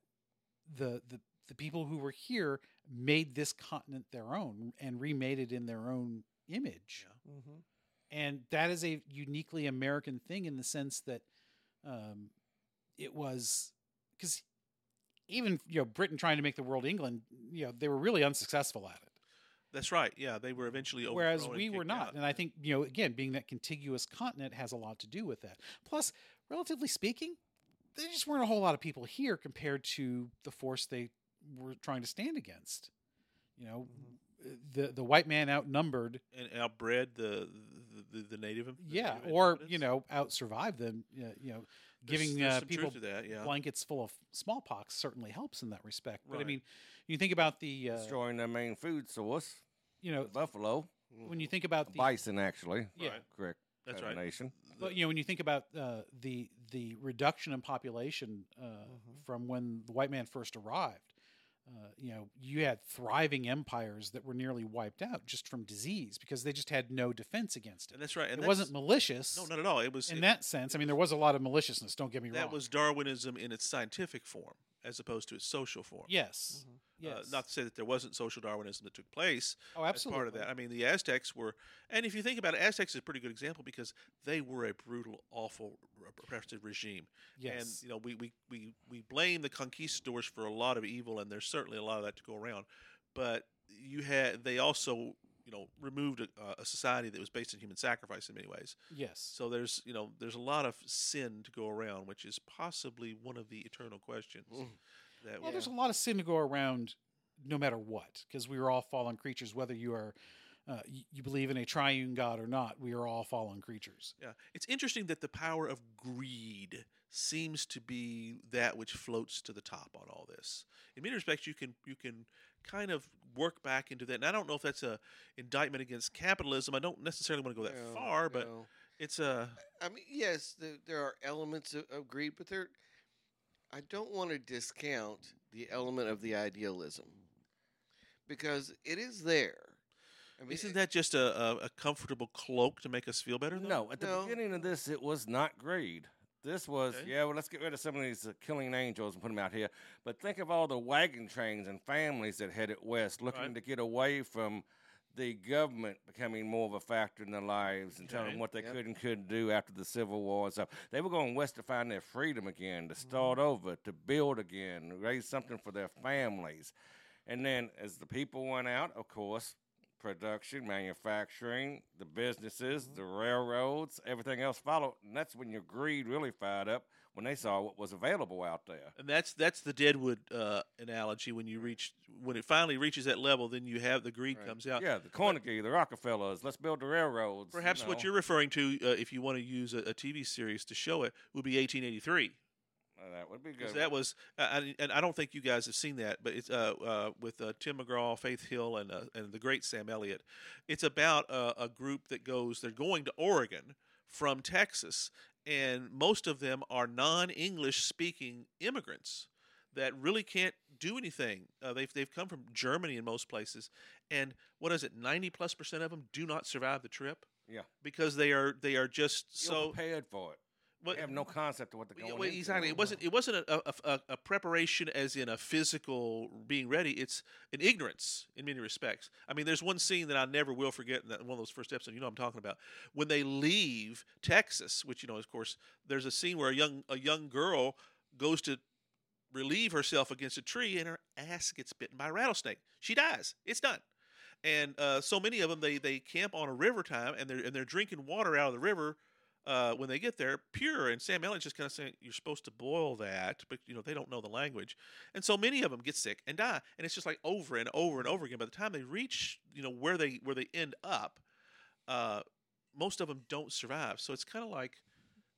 [SPEAKER 1] the the, the people who were here made this continent their own and remade it in their own image
[SPEAKER 4] Yeah.
[SPEAKER 5] hmm
[SPEAKER 1] and that is a uniquely American thing in the sense that um, it was because even you know Britain trying to make the world England, you know, they were really unsuccessful at it.
[SPEAKER 4] That's right. Yeah, they were eventually overthrown.
[SPEAKER 1] Whereas
[SPEAKER 4] and
[SPEAKER 1] we were
[SPEAKER 4] kicked
[SPEAKER 1] not,
[SPEAKER 4] out.
[SPEAKER 1] and I think you know again being that contiguous continent has a lot to do with that. Plus, relatively speaking, there just weren't a whole lot of people here compared to the force they were trying to stand against. You know, the the white man outnumbered
[SPEAKER 4] and outbred the the, the, the native. the
[SPEAKER 1] yeah
[SPEAKER 4] native
[SPEAKER 1] or you
[SPEAKER 4] inhabitants.
[SPEAKER 1] know out survive them uh, you know
[SPEAKER 4] There's-
[SPEAKER 1] giving
[SPEAKER 4] there's
[SPEAKER 1] uh,
[SPEAKER 4] some
[SPEAKER 1] people
[SPEAKER 4] truth to that. Yeah,
[SPEAKER 1] blankets full of smallpox certainly helps in that respect but
[SPEAKER 4] Right.
[SPEAKER 1] i mean you think about the uh,
[SPEAKER 2] destroying their main food source,
[SPEAKER 1] you know
[SPEAKER 2] buffalo,
[SPEAKER 1] when you think about the
[SPEAKER 2] bison, actually.
[SPEAKER 1] yeah
[SPEAKER 4] Right.
[SPEAKER 2] Correct.
[SPEAKER 4] that's right.
[SPEAKER 2] Nation.
[SPEAKER 1] but you know when you think about uh, the the reduction in population uh,
[SPEAKER 5] Mhm.
[SPEAKER 1] from when the white man first arrived uh, you know you had thriving empires that were nearly wiped out just from disease because they just had no defense against it
[SPEAKER 4] And that's right. And
[SPEAKER 1] it wasn't
[SPEAKER 4] that's-
[SPEAKER 1] malicious
[SPEAKER 4] No, not at all. It was
[SPEAKER 1] in
[SPEAKER 4] it-
[SPEAKER 1] that sense i mean there was a lot of maliciousness don't get me wrong
[SPEAKER 4] that was Darwinism in its scientific form, as opposed to its social form.
[SPEAKER 1] yes
[SPEAKER 5] Mhm.
[SPEAKER 1] Yes.
[SPEAKER 4] Uh, not to say that there wasn't social Darwinism that took place
[SPEAKER 1] oh,
[SPEAKER 4] as
[SPEAKER 1] absolutely.
[SPEAKER 4] part of that. I mean, the Aztecs were, and if you think about it, Aztecs is a pretty good example because they were a brutal, awful, repressive regime. And
[SPEAKER 1] Yes.
[SPEAKER 4] you know, we, we we we blame the conquistadors for a lot of evil, and there's certainly a lot of that to go around. But you had they also you know removed a, a society that was based on human sacrifice in many ways.
[SPEAKER 1] yes.
[SPEAKER 4] So there's you know there's a lot of sin to go around, which is possibly one of the eternal questions.
[SPEAKER 3] Mm.
[SPEAKER 4] That
[SPEAKER 1] Well, there's a lot of sin to go around, no matter what, because we are all fallen creatures, whether you are. Uh, y- you believe in a triune God or not? We are all fallen creatures.
[SPEAKER 4] Yeah, it's interesting that the power of greed seems to be that which floats to the top on all this. In many respects, you can you can kind of work back into that, and I don't know if that's a indictment against capitalism. I don't necessarily want to go that
[SPEAKER 3] No,
[SPEAKER 4] far, but
[SPEAKER 3] no.
[SPEAKER 4] it's a
[SPEAKER 3] I mean, yes, there, there are elements of, of greed, but there, I don't want to discount the element of the idealism because it is there. I mean,
[SPEAKER 4] isn't
[SPEAKER 3] it-
[SPEAKER 4] that just a, a, a comfortable cloak to make us feel better? though?
[SPEAKER 2] No, at the
[SPEAKER 3] No.
[SPEAKER 2] beginning of this, it was not greed. This was,
[SPEAKER 4] Okay.
[SPEAKER 2] yeah, well, let's get rid of some of these uh, killing angels and put them out here. But think of all the wagon trains and families that headed west looking
[SPEAKER 4] Right.
[SPEAKER 2] to get away from the government becoming more of a factor in their lives and telling
[SPEAKER 4] Okay.
[SPEAKER 2] them what they
[SPEAKER 3] Yep.
[SPEAKER 2] could and couldn't do after the Civil War and stuff. They were going west to find their freedom again, to
[SPEAKER 4] Mm-hmm.
[SPEAKER 2] start over, to build again, raise something for their families. And then as the people went out, of course, production, manufacturing, the businesses,
[SPEAKER 4] Mm-hmm.
[SPEAKER 2] the railroads, everything else followed. And that's when your greed really fired up when they saw what was available out there.
[SPEAKER 4] And that's that's the Deadwood uh, analogy. When you reach when it finally reaches that level, then you have the greed
[SPEAKER 3] Right.
[SPEAKER 4] comes out.
[SPEAKER 2] Yeah, the Carnegie, the Rockefellers, let's build the railroads. you
[SPEAKER 4] Perhaps
[SPEAKER 2] know.
[SPEAKER 4] what you're referring to, uh, if you want to use a, a TV series to show it, would be 1883.
[SPEAKER 2] Uh, that would be
[SPEAKER 4] Because
[SPEAKER 2] good.
[SPEAKER 4] that was, uh, and- and I don't think you guys have seen that, but it's uh, uh, with uh, Tim McGraw, Faith Hill, and uh, and the great Sam Elliott. It's about a, a group that goes. They're going to Oregon from Texas, and most of them are non-English speaking immigrants that really can't do anything. Uh, they've they've come from Germany in most places, and what is it? Ninety plus percent of them do not survive the trip.
[SPEAKER 2] Yeah.
[SPEAKER 4] because they are they are just
[SPEAKER 2] you're
[SPEAKER 4] so.
[SPEAKER 2] prepared for it.
[SPEAKER 4] what-
[SPEAKER 2] They have no concept of what they're
[SPEAKER 4] yeah,
[SPEAKER 2] going
[SPEAKER 4] well,
[SPEAKER 2] into.
[SPEAKER 4] exactly. It wasn't. It wasn't a, a, a, a preparation as in a physical being ready. It's an ignorance in many respects. I mean, there's one scene that I never will forget. In that one of those first episodes, you know, what I'm talking about when they leave Texas, which you know, of course, there's a scene where a young a young girl goes to relieve herself against a tree, and her ass gets bitten by a rattlesnake. She dies. It's done. And uh, so many of them, they they camp on a river time, and they're and they're drinking water out of the river uh, when they get there, pure. And Sam Elliott's just kind of saying, "You're supposed to boil that," but you know they don't know the language, and so many of them get sick and die. And it's just like over and over and over again. By the time they reach, you know, where they where they end up, uh, most of them don't survive. So it's kind of like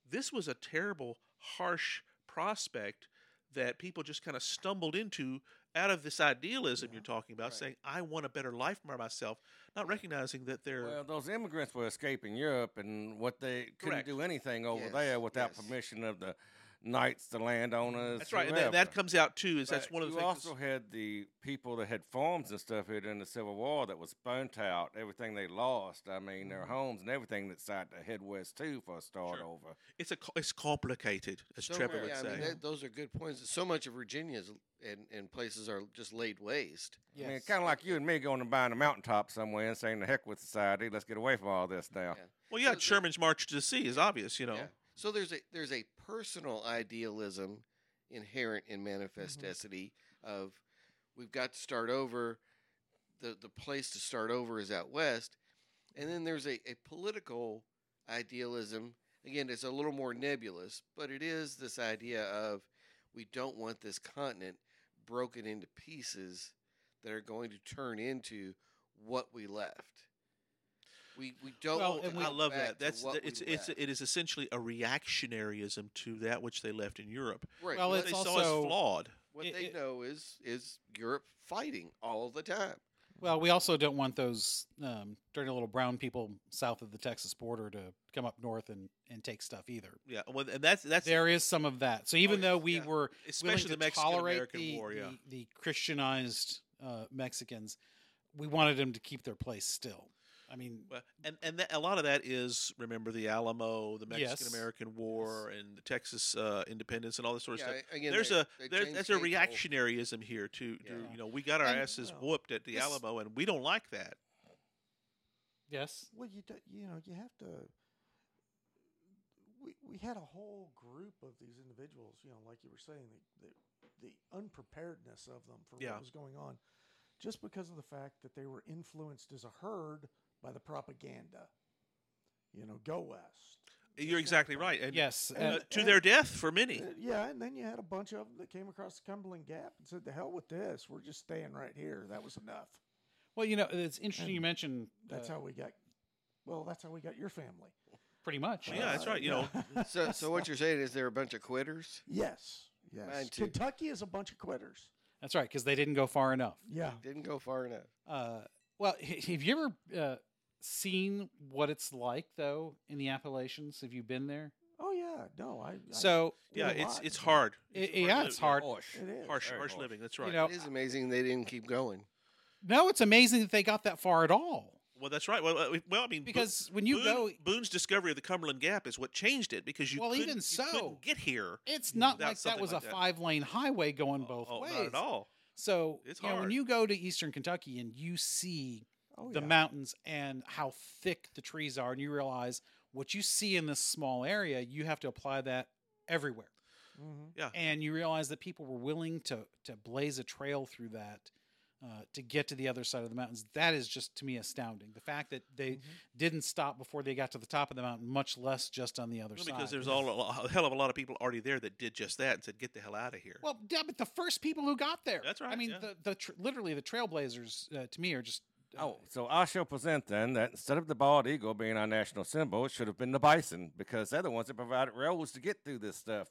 [SPEAKER 4] this was a terrible, harsh prospect that people just kind of stumbled into out of this idealism you're talking about,
[SPEAKER 2] Right.
[SPEAKER 4] saying I want a better life for myself, not recognizing that they're
[SPEAKER 2] Well, those immigrants were escaping Europe, and what they couldn't
[SPEAKER 4] Correct.
[SPEAKER 2] do anything over
[SPEAKER 3] Yes,
[SPEAKER 2] there without
[SPEAKER 3] yes.
[SPEAKER 2] permission of the knights, the landowners.
[SPEAKER 4] that's right, and that, that
[SPEAKER 2] whoever.
[SPEAKER 4] comes out too. Is that's
[SPEAKER 2] But
[SPEAKER 4] one of the
[SPEAKER 2] you
[SPEAKER 4] things.
[SPEAKER 2] also had the people that had farms and stuff here during the Civil War that was burnt out, everything they lost. I mean, their homes and everything that's out to head west too for a start
[SPEAKER 4] Mm-hmm. Sure.
[SPEAKER 2] over.
[SPEAKER 4] it's a co- it's complicated, as
[SPEAKER 3] So-
[SPEAKER 4] Trevor would
[SPEAKER 3] yeah, I
[SPEAKER 4] say.
[SPEAKER 3] mean, that- those are good points. So much of Virginia's and, and places are just laid waste.
[SPEAKER 2] I mean, kind of like you and me going and buying a mountaintop somewhere and saying, "The heck with society, let's get away from all this now."
[SPEAKER 3] Yeah.
[SPEAKER 4] well, yeah,
[SPEAKER 3] so the-
[SPEAKER 4] Sherman's March to the Sea is obvious, you know.
[SPEAKER 3] Yeah. So there's a there's a personal idealism inherent in
[SPEAKER 4] Mm-hmm.
[SPEAKER 3] manifestity of we've got to start over. The the place to start over is out west. And then there's a, a political idealism. Again, it's a little more nebulous, but it is this idea of we don't want this continent broken into pieces that are going to turn into what we left. We, we don't
[SPEAKER 4] Well,
[SPEAKER 3] want to
[SPEAKER 4] and we
[SPEAKER 3] go
[SPEAKER 4] love
[SPEAKER 3] back
[SPEAKER 4] that.
[SPEAKER 3] to
[SPEAKER 4] That's
[SPEAKER 3] what
[SPEAKER 4] that-
[SPEAKER 3] we
[SPEAKER 4] it's it's
[SPEAKER 3] left.
[SPEAKER 4] it is essentially a reactionaryism to that which they left in Europe.
[SPEAKER 3] Right.
[SPEAKER 1] Well,
[SPEAKER 3] what
[SPEAKER 4] What
[SPEAKER 1] it's
[SPEAKER 4] they saw
[SPEAKER 1] also-
[SPEAKER 4] as flawed.
[SPEAKER 3] what
[SPEAKER 1] it-
[SPEAKER 3] they
[SPEAKER 1] it-
[SPEAKER 3] know is is Europe fighting all the time.
[SPEAKER 1] Well, we also don't want those um, dirty little brown people south of the Texas border to come up north and, and take stuff either.
[SPEAKER 4] Yeah, well, and that's that's
[SPEAKER 1] There is some of that. So even
[SPEAKER 4] yes,
[SPEAKER 1] though we
[SPEAKER 4] Oh, yeah.
[SPEAKER 1] were willing
[SPEAKER 4] especially
[SPEAKER 1] to
[SPEAKER 4] the Mexican
[SPEAKER 1] tolerate
[SPEAKER 4] American
[SPEAKER 1] the,
[SPEAKER 4] War. Yeah,
[SPEAKER 1] the, the Christianized uh, Mexicans, we wanted them to keep their place still. I mean,
[SPEAKER 4] Well, and and that, a lot of that is remember the Alamo, the
[SPEAKER 1] Yes.
[SPEAKER 4] Mexican American War, and the Texas uh, independence, and all this sort of stuff.
[SPEAKER 3] a- again,
[SPEAKER 4] there's
[SPEAKER 3] they-
[SPEAKER 4] a
[SPEAKER 3] they
[SPEAKER 4] there's
[SPEAKER 3] change
[SPEAKER 4] that's a
[SPEAKER 3] the age old-
[SPEAKER 4] reactionaryism here to, to
[SPEAKER 3] Yeah.
[SPEAKER 4] you know we got our
[SPEAKER 1] And-
[SPEAKER 4] asses
[SPEAKER 5] Well,
[SPEAKER 4] whooped at the
[SPEAKER 1] this-
[SPEAKER 4] Alamo and we don't like that.
[SPEAKER 1] yes.
[SPEAKER 5] Well, you do, you know you have to. We we had a whole group of these individuals, you know, like you were saying, the the, the unpreparedness of them for
[SPEAKER 4] Yeah.
[SPEAKER 5] what was going on, just because of the fact that they were influenced as a herd by the propaganda. You know, go west.
[SPEAKER 4] You're exactly right. And,
[SPEAKER 1] yes.
[SPEAKER 4] uh,
[SPEAKER 1] and-
[SPEAKER 5] and-
[SPEAKER 4] to their death for many.
[SPEAKER 5] Uh, yeah, and then you had a bunch of them that came across the Cumberland Gap and said, "The hell with this! We're just staying right here. That was enough.
[SPEAKER 1] well, you know, it's interesting you
[SPEAKER 5] and
[SPEAKER 1] mentioned
[SPEAKER 5] That's
[SPEAKER 1] uh,
[SPEAKER 5] how we got. Well, that's how we got your family. Uh,
[SPEAKER 1] pretty much.
[SPEAKER 4] Yeah, that's right, you know.
[SPEAKER 5] know.
[SPEAKER 3] So, so what you're saying is they're a bunch of quitters.
[SPEAKER 5] Yes.
[SPEAKER 3] Mine
[SPEAKER 5] Yes.
[SPEAKER 3] too.
[SPEAKER 5] Kentucky is a bunch of quitters.
[SPEAKER 1] That's right, because they didn't go far enough.
[SPEAKER 5] Yeah.
[SPEAKER 3] Didn't go far enough.
[SPEAKER 1] Uh, well, h- have you ever uh, seen what it's like though in the Appalachians? Have you been there?
[SPEAKER 5] Oh yeah. No, I. I
[SPEAKER 1] So
[SPEAKER 5] did
[SPEAKER 4] Yeah,
[SPEAKER 5] a
[SPEAKER 4] it's
[SPEAKER 5] lot.
[SPEAKER 4] it's hard.
[SPEAKER 1] i- yeah,
[SPEAKER 4] li-
[SPEAKER 1] it's hard.
[SPEAKER 2] Harsh.
[SPEAKER 5] It is.
[SPEAKER 4] Harsh,
[SPEAKER 2] Very
[SPEAKER 4] harsh
[SPEAKER 2] harsh.
[SPEAKER 4] living. That's right.
[SPEAKER 1] know,
[SPEAKER 3] It is amazing they didn't keep going.
[SPEAKER 1] No, it's amazing that they got that far at all.
[SPEAKER 4] well, that's right. Well, uh, we- well, I mean, Bo-
[SPEAKER 1] Because when you
[SPEAKER 4] Boone,
[SPEAKER 1] go,
[SPEAKER 4] Boone's discovery of the Cumberland Gap is what changed it because you
[SPEAKER 1] Well,
[SPEAKER 4] couldn't,
[SPEAKER 1] even
[SPEAKER 4] you
[SPEAKER 1] so,
[SPEAKER 4] couldn't get here.
[SPEAKER 1] it's not
[SPEAKER 4] without
[SPEAKER 1] like that
[SPEAKER 4] something
[SPEAKER 1] was
[SPEAKER 4] like
[SPEAKER 1] a
[SPEAKER 4] that.
[SPEAKER 1] five-lane highway going both
[SPEAKER 4] oh,
[SPEAKER 1] ways.
[SPEAKER 4] Not at all.
[SPEAKER 1] So
[SPEAKER 4] It's
[SPEAKER 1] you know, when
[SPEAKER 4] hard.
[SPEAKER 1] you go to Eastern Kentucky and you see
[SPEAKER 5] Oh,
[SPEAKER 1] the
[SPEAKER 5] yeah.
[SPEAKER 1] mountains and how thick the trees are, and you realize what you see in this small area, you have to apply that everywhere.
[SPEAKER 5] Mhm.
[SPEAKER 1] and you realize that people were willing to to blaze a trail through that uh, to get to the other side of the mountains. That is just to me astounding. The fact that they
[SPEAKER 5] Mhm.
[SPEAKER 1] didn't stop before they got to the top of the mountain, much less just on the other
[SPEAKER 4] Well,
[SPEAKER 1] side.
[SPEAKER 4] because there's all a, lo- a hell of a lot of people already there that did just that and said, "Get the hell out of here."
[SPEAKER 1] well, yeah, but the first people who got there.
[SPEAKER 4] That's
[SPEAKER 1] I
[SPEAKER 4] right,
[SPEAKER 1] mean,
[SPEAKER 4] yeah.
[SPEAKER 1] the the tr- literally the trailblazers uh, to me are just. uh,
[SPEAKER 2] Oh, so I shall present then that instead of the bald eagle being our national symbol, it should have been the bison because they're the ones that provided railroads to get through this stuff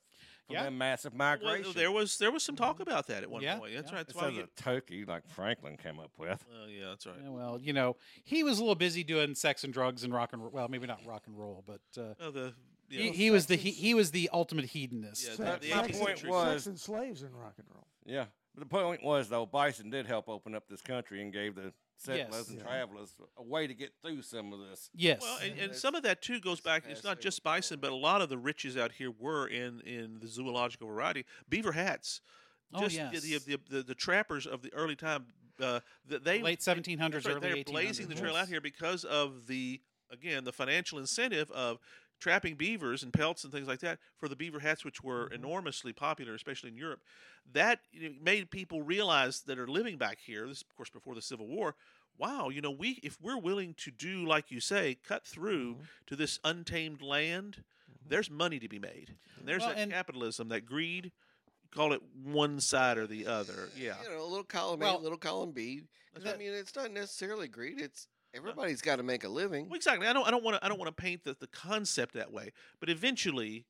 [SPEAKER 2] from
[SPEAKER 1] Yeah.
[SPEAKER 2] that massive
[SPEAKER 4] Well,
[SPEAKER 2] migration.
[SPEAKER 4] there was there was some talk about that at one
[SPEAKER 1] Mm-hmm. Yeah,
[SPEAKER 4] point. That's
[SPEAKER 1] yeah.
[SPEAKER 4] right. That's
[SPEAKER 2] Instead
[SPEAKER 4] why.
[SPEAKER 2] of
[SPEAKER 4] You,
[SPEAKER 2] the turkey like Franklin came up with.
[SPEAKER 4] well, yeah, that's right.
[SPEAKER 1] yeah, Well, you know, he was a little busy doing sex and drugs and rock and roll. Well, maybe not rock and roll, but uh,
[SPEAKER 4] Oh, the yeah.
[SPEAKER 1] he, he was the he, he was the ultimate hedonist.
[SPEAKER 4] Yeah,
[SPEAKER 5] Sex-
[SPEAKER 4] the-
[SPEAKER 2] But
[SPEAKER 4] the
[SPEAKER 2] my point
[SPEAKER 4] 18th century.
[SPEAKER 5] Sex
[SPEAKER 2] was,
[SPEAKER 5] and slaves in rock and roll.
[SPEAKER 2] yeah. But the point was though, bison did help open up this country and gave the settlers
[SPEAKER 1] Yes.
[SPEAKER 2] and
[SPEAKER 5] Yeah.
[SPEAKER 2] travelers a way to get through some of this.
[SPEAKER 1] Yes.
[SPEAKER 4] Well, and, and
[SPEAKER 3] That's-
[SPEAKER 4] some of that too goes back. It's not
[SPEAKER 3] fascinating.
[SPEAKER 4] just bison, but a lot of the riches out here were in in the zoological variety. Beaver hats.
[SPEAKER 1] Oh,
[SPEAKER 4] Just
[SPEAKER 1] yes.
[SPEAKER 4] the, the, the the trappers of the early time. Uh, th- they
[SPEAKER 1] late 1700s,
[SPEAKER 4] that's right,
[SPEAKER 1] early 1800s.
[SPEAKER 4] they're blazing the trail
[SPEAKER 1] Yes.
[SPEAKER 4] out here because of the again the financial incentive of trapping beavers and pelts and things like that for the beaver hats which were enormously popular especially in europe that you know, made people realize that are living back here this is, of course before the civil war wow you know we if we're willing to do like you say cut through
[SPEAKER 5] Mhm.
[SPEAKER 4] to this untamed land there's money to be made and there's
[SPEAKER 1] Well,
[SPEAKER 4] that
[SPEAKER 1] and-
[SPEAKER 4] capitalism that greed call it one side or the other yeah
[SPEAKER 3] You know, a little column A,
[SPEAKER 1] Well-
[SPEAKER 3] a little column B. 'Cause,
[SPEAKER 4] That's
[SPEAKER 3] I mean, it's not necessarily greed. It's everybody's got to make a living.
[SPEAKER 4] Well, exactly. I don't. I don't want to. I don't want to paint the, the concept that way. But eventually,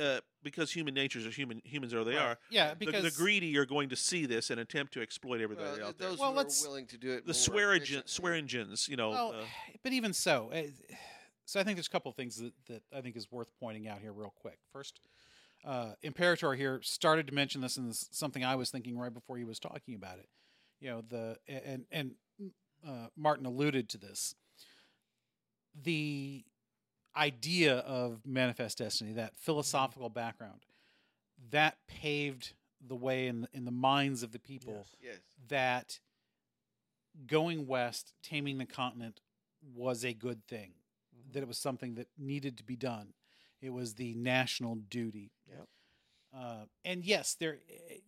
[SPEAKER 4] uh, because human natures are human humans are they
[SPEAKER 1] Right.
[SPEAKER 4] are.
[SPEAKER 1] Yeah,
[SPEAKER 4] the-
[SPEAKER 1] because
[SPEAKER 4] the, greedy are going to see this and attempt to exploit everybody
[SPEAKER 3] Well,
[SPEAKER 4] out there.
[SPEAKER 3] Uh, those
[SPEAKER 1] Well,
[SPEAKER 3] who
[SPEAKER 1] let's-
[SPEAKER 3] are willing to do it.
[SPEAKER 4] the
[SPEAKER 3] more
[SPEAKER 4] swear
[SPEAKER 3] efficiently.
[SPEAKER 4] swear engines, you know.
[SPEAKER 1] Well,
[SPEAKER 4] uh,
[SPEAKER 1] but even so, eh, so I think there's a couple of things that, that I think is worth pointing out here real quick. First, uh, Imperator here started to mention this, and this is something I was thinking right before he was talking about it. You know, the and and uh, Martin alluded to this. The idea of manifest destiny, that philosophical background, that paved the way in in the minds of the people
[SPEAKER 5] Yes.
[SPEAKER 3] Yes.
[SPEAKER 1] that going west, taming the continent, was a good thing. Mm-hmm. That it was something that needed to be done. It was the national duty.
[SPEAKER 5] Yep.
[SPEAKER 1] Uh, and yes, there.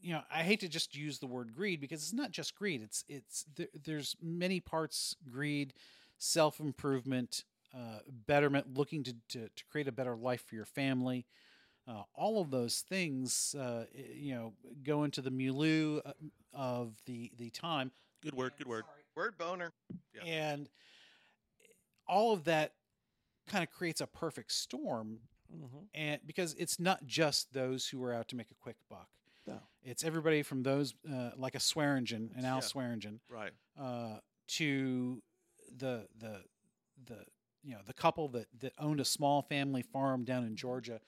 [SPEAKER 1] You know, I hate to just use the word greed because it's not just greed. It's it's there, there's many parts greed, self improvement, uh, betterment, looking to, to to create a better life for your family uh, all of those things, uh, i- you know, go into the milieu uh, of the the time.
[SPEAKER 4] good word, good word.
[SPEAKER 6] Word boner.
[SPEAKER 4] Yeah.
[SPEAKER 1] And all of that kind of creates a perfect storm,
[SPEAKER 5] Mm-hmm.
[SPEAKER 1] and because it's not just those who are out to make a quick buck.
[SPEAKER 5] No.
[SPEAKER 1] It's everybody from those uh, like a Swearingen, an Al
[SPEAKER 4] Yeah.
[SPEAKER 1] Swearingen,
[SPEAKER 4] Right.
[SPEAKER 1] uh, to the the the you know the couple that that owned a small family farm down in Georgia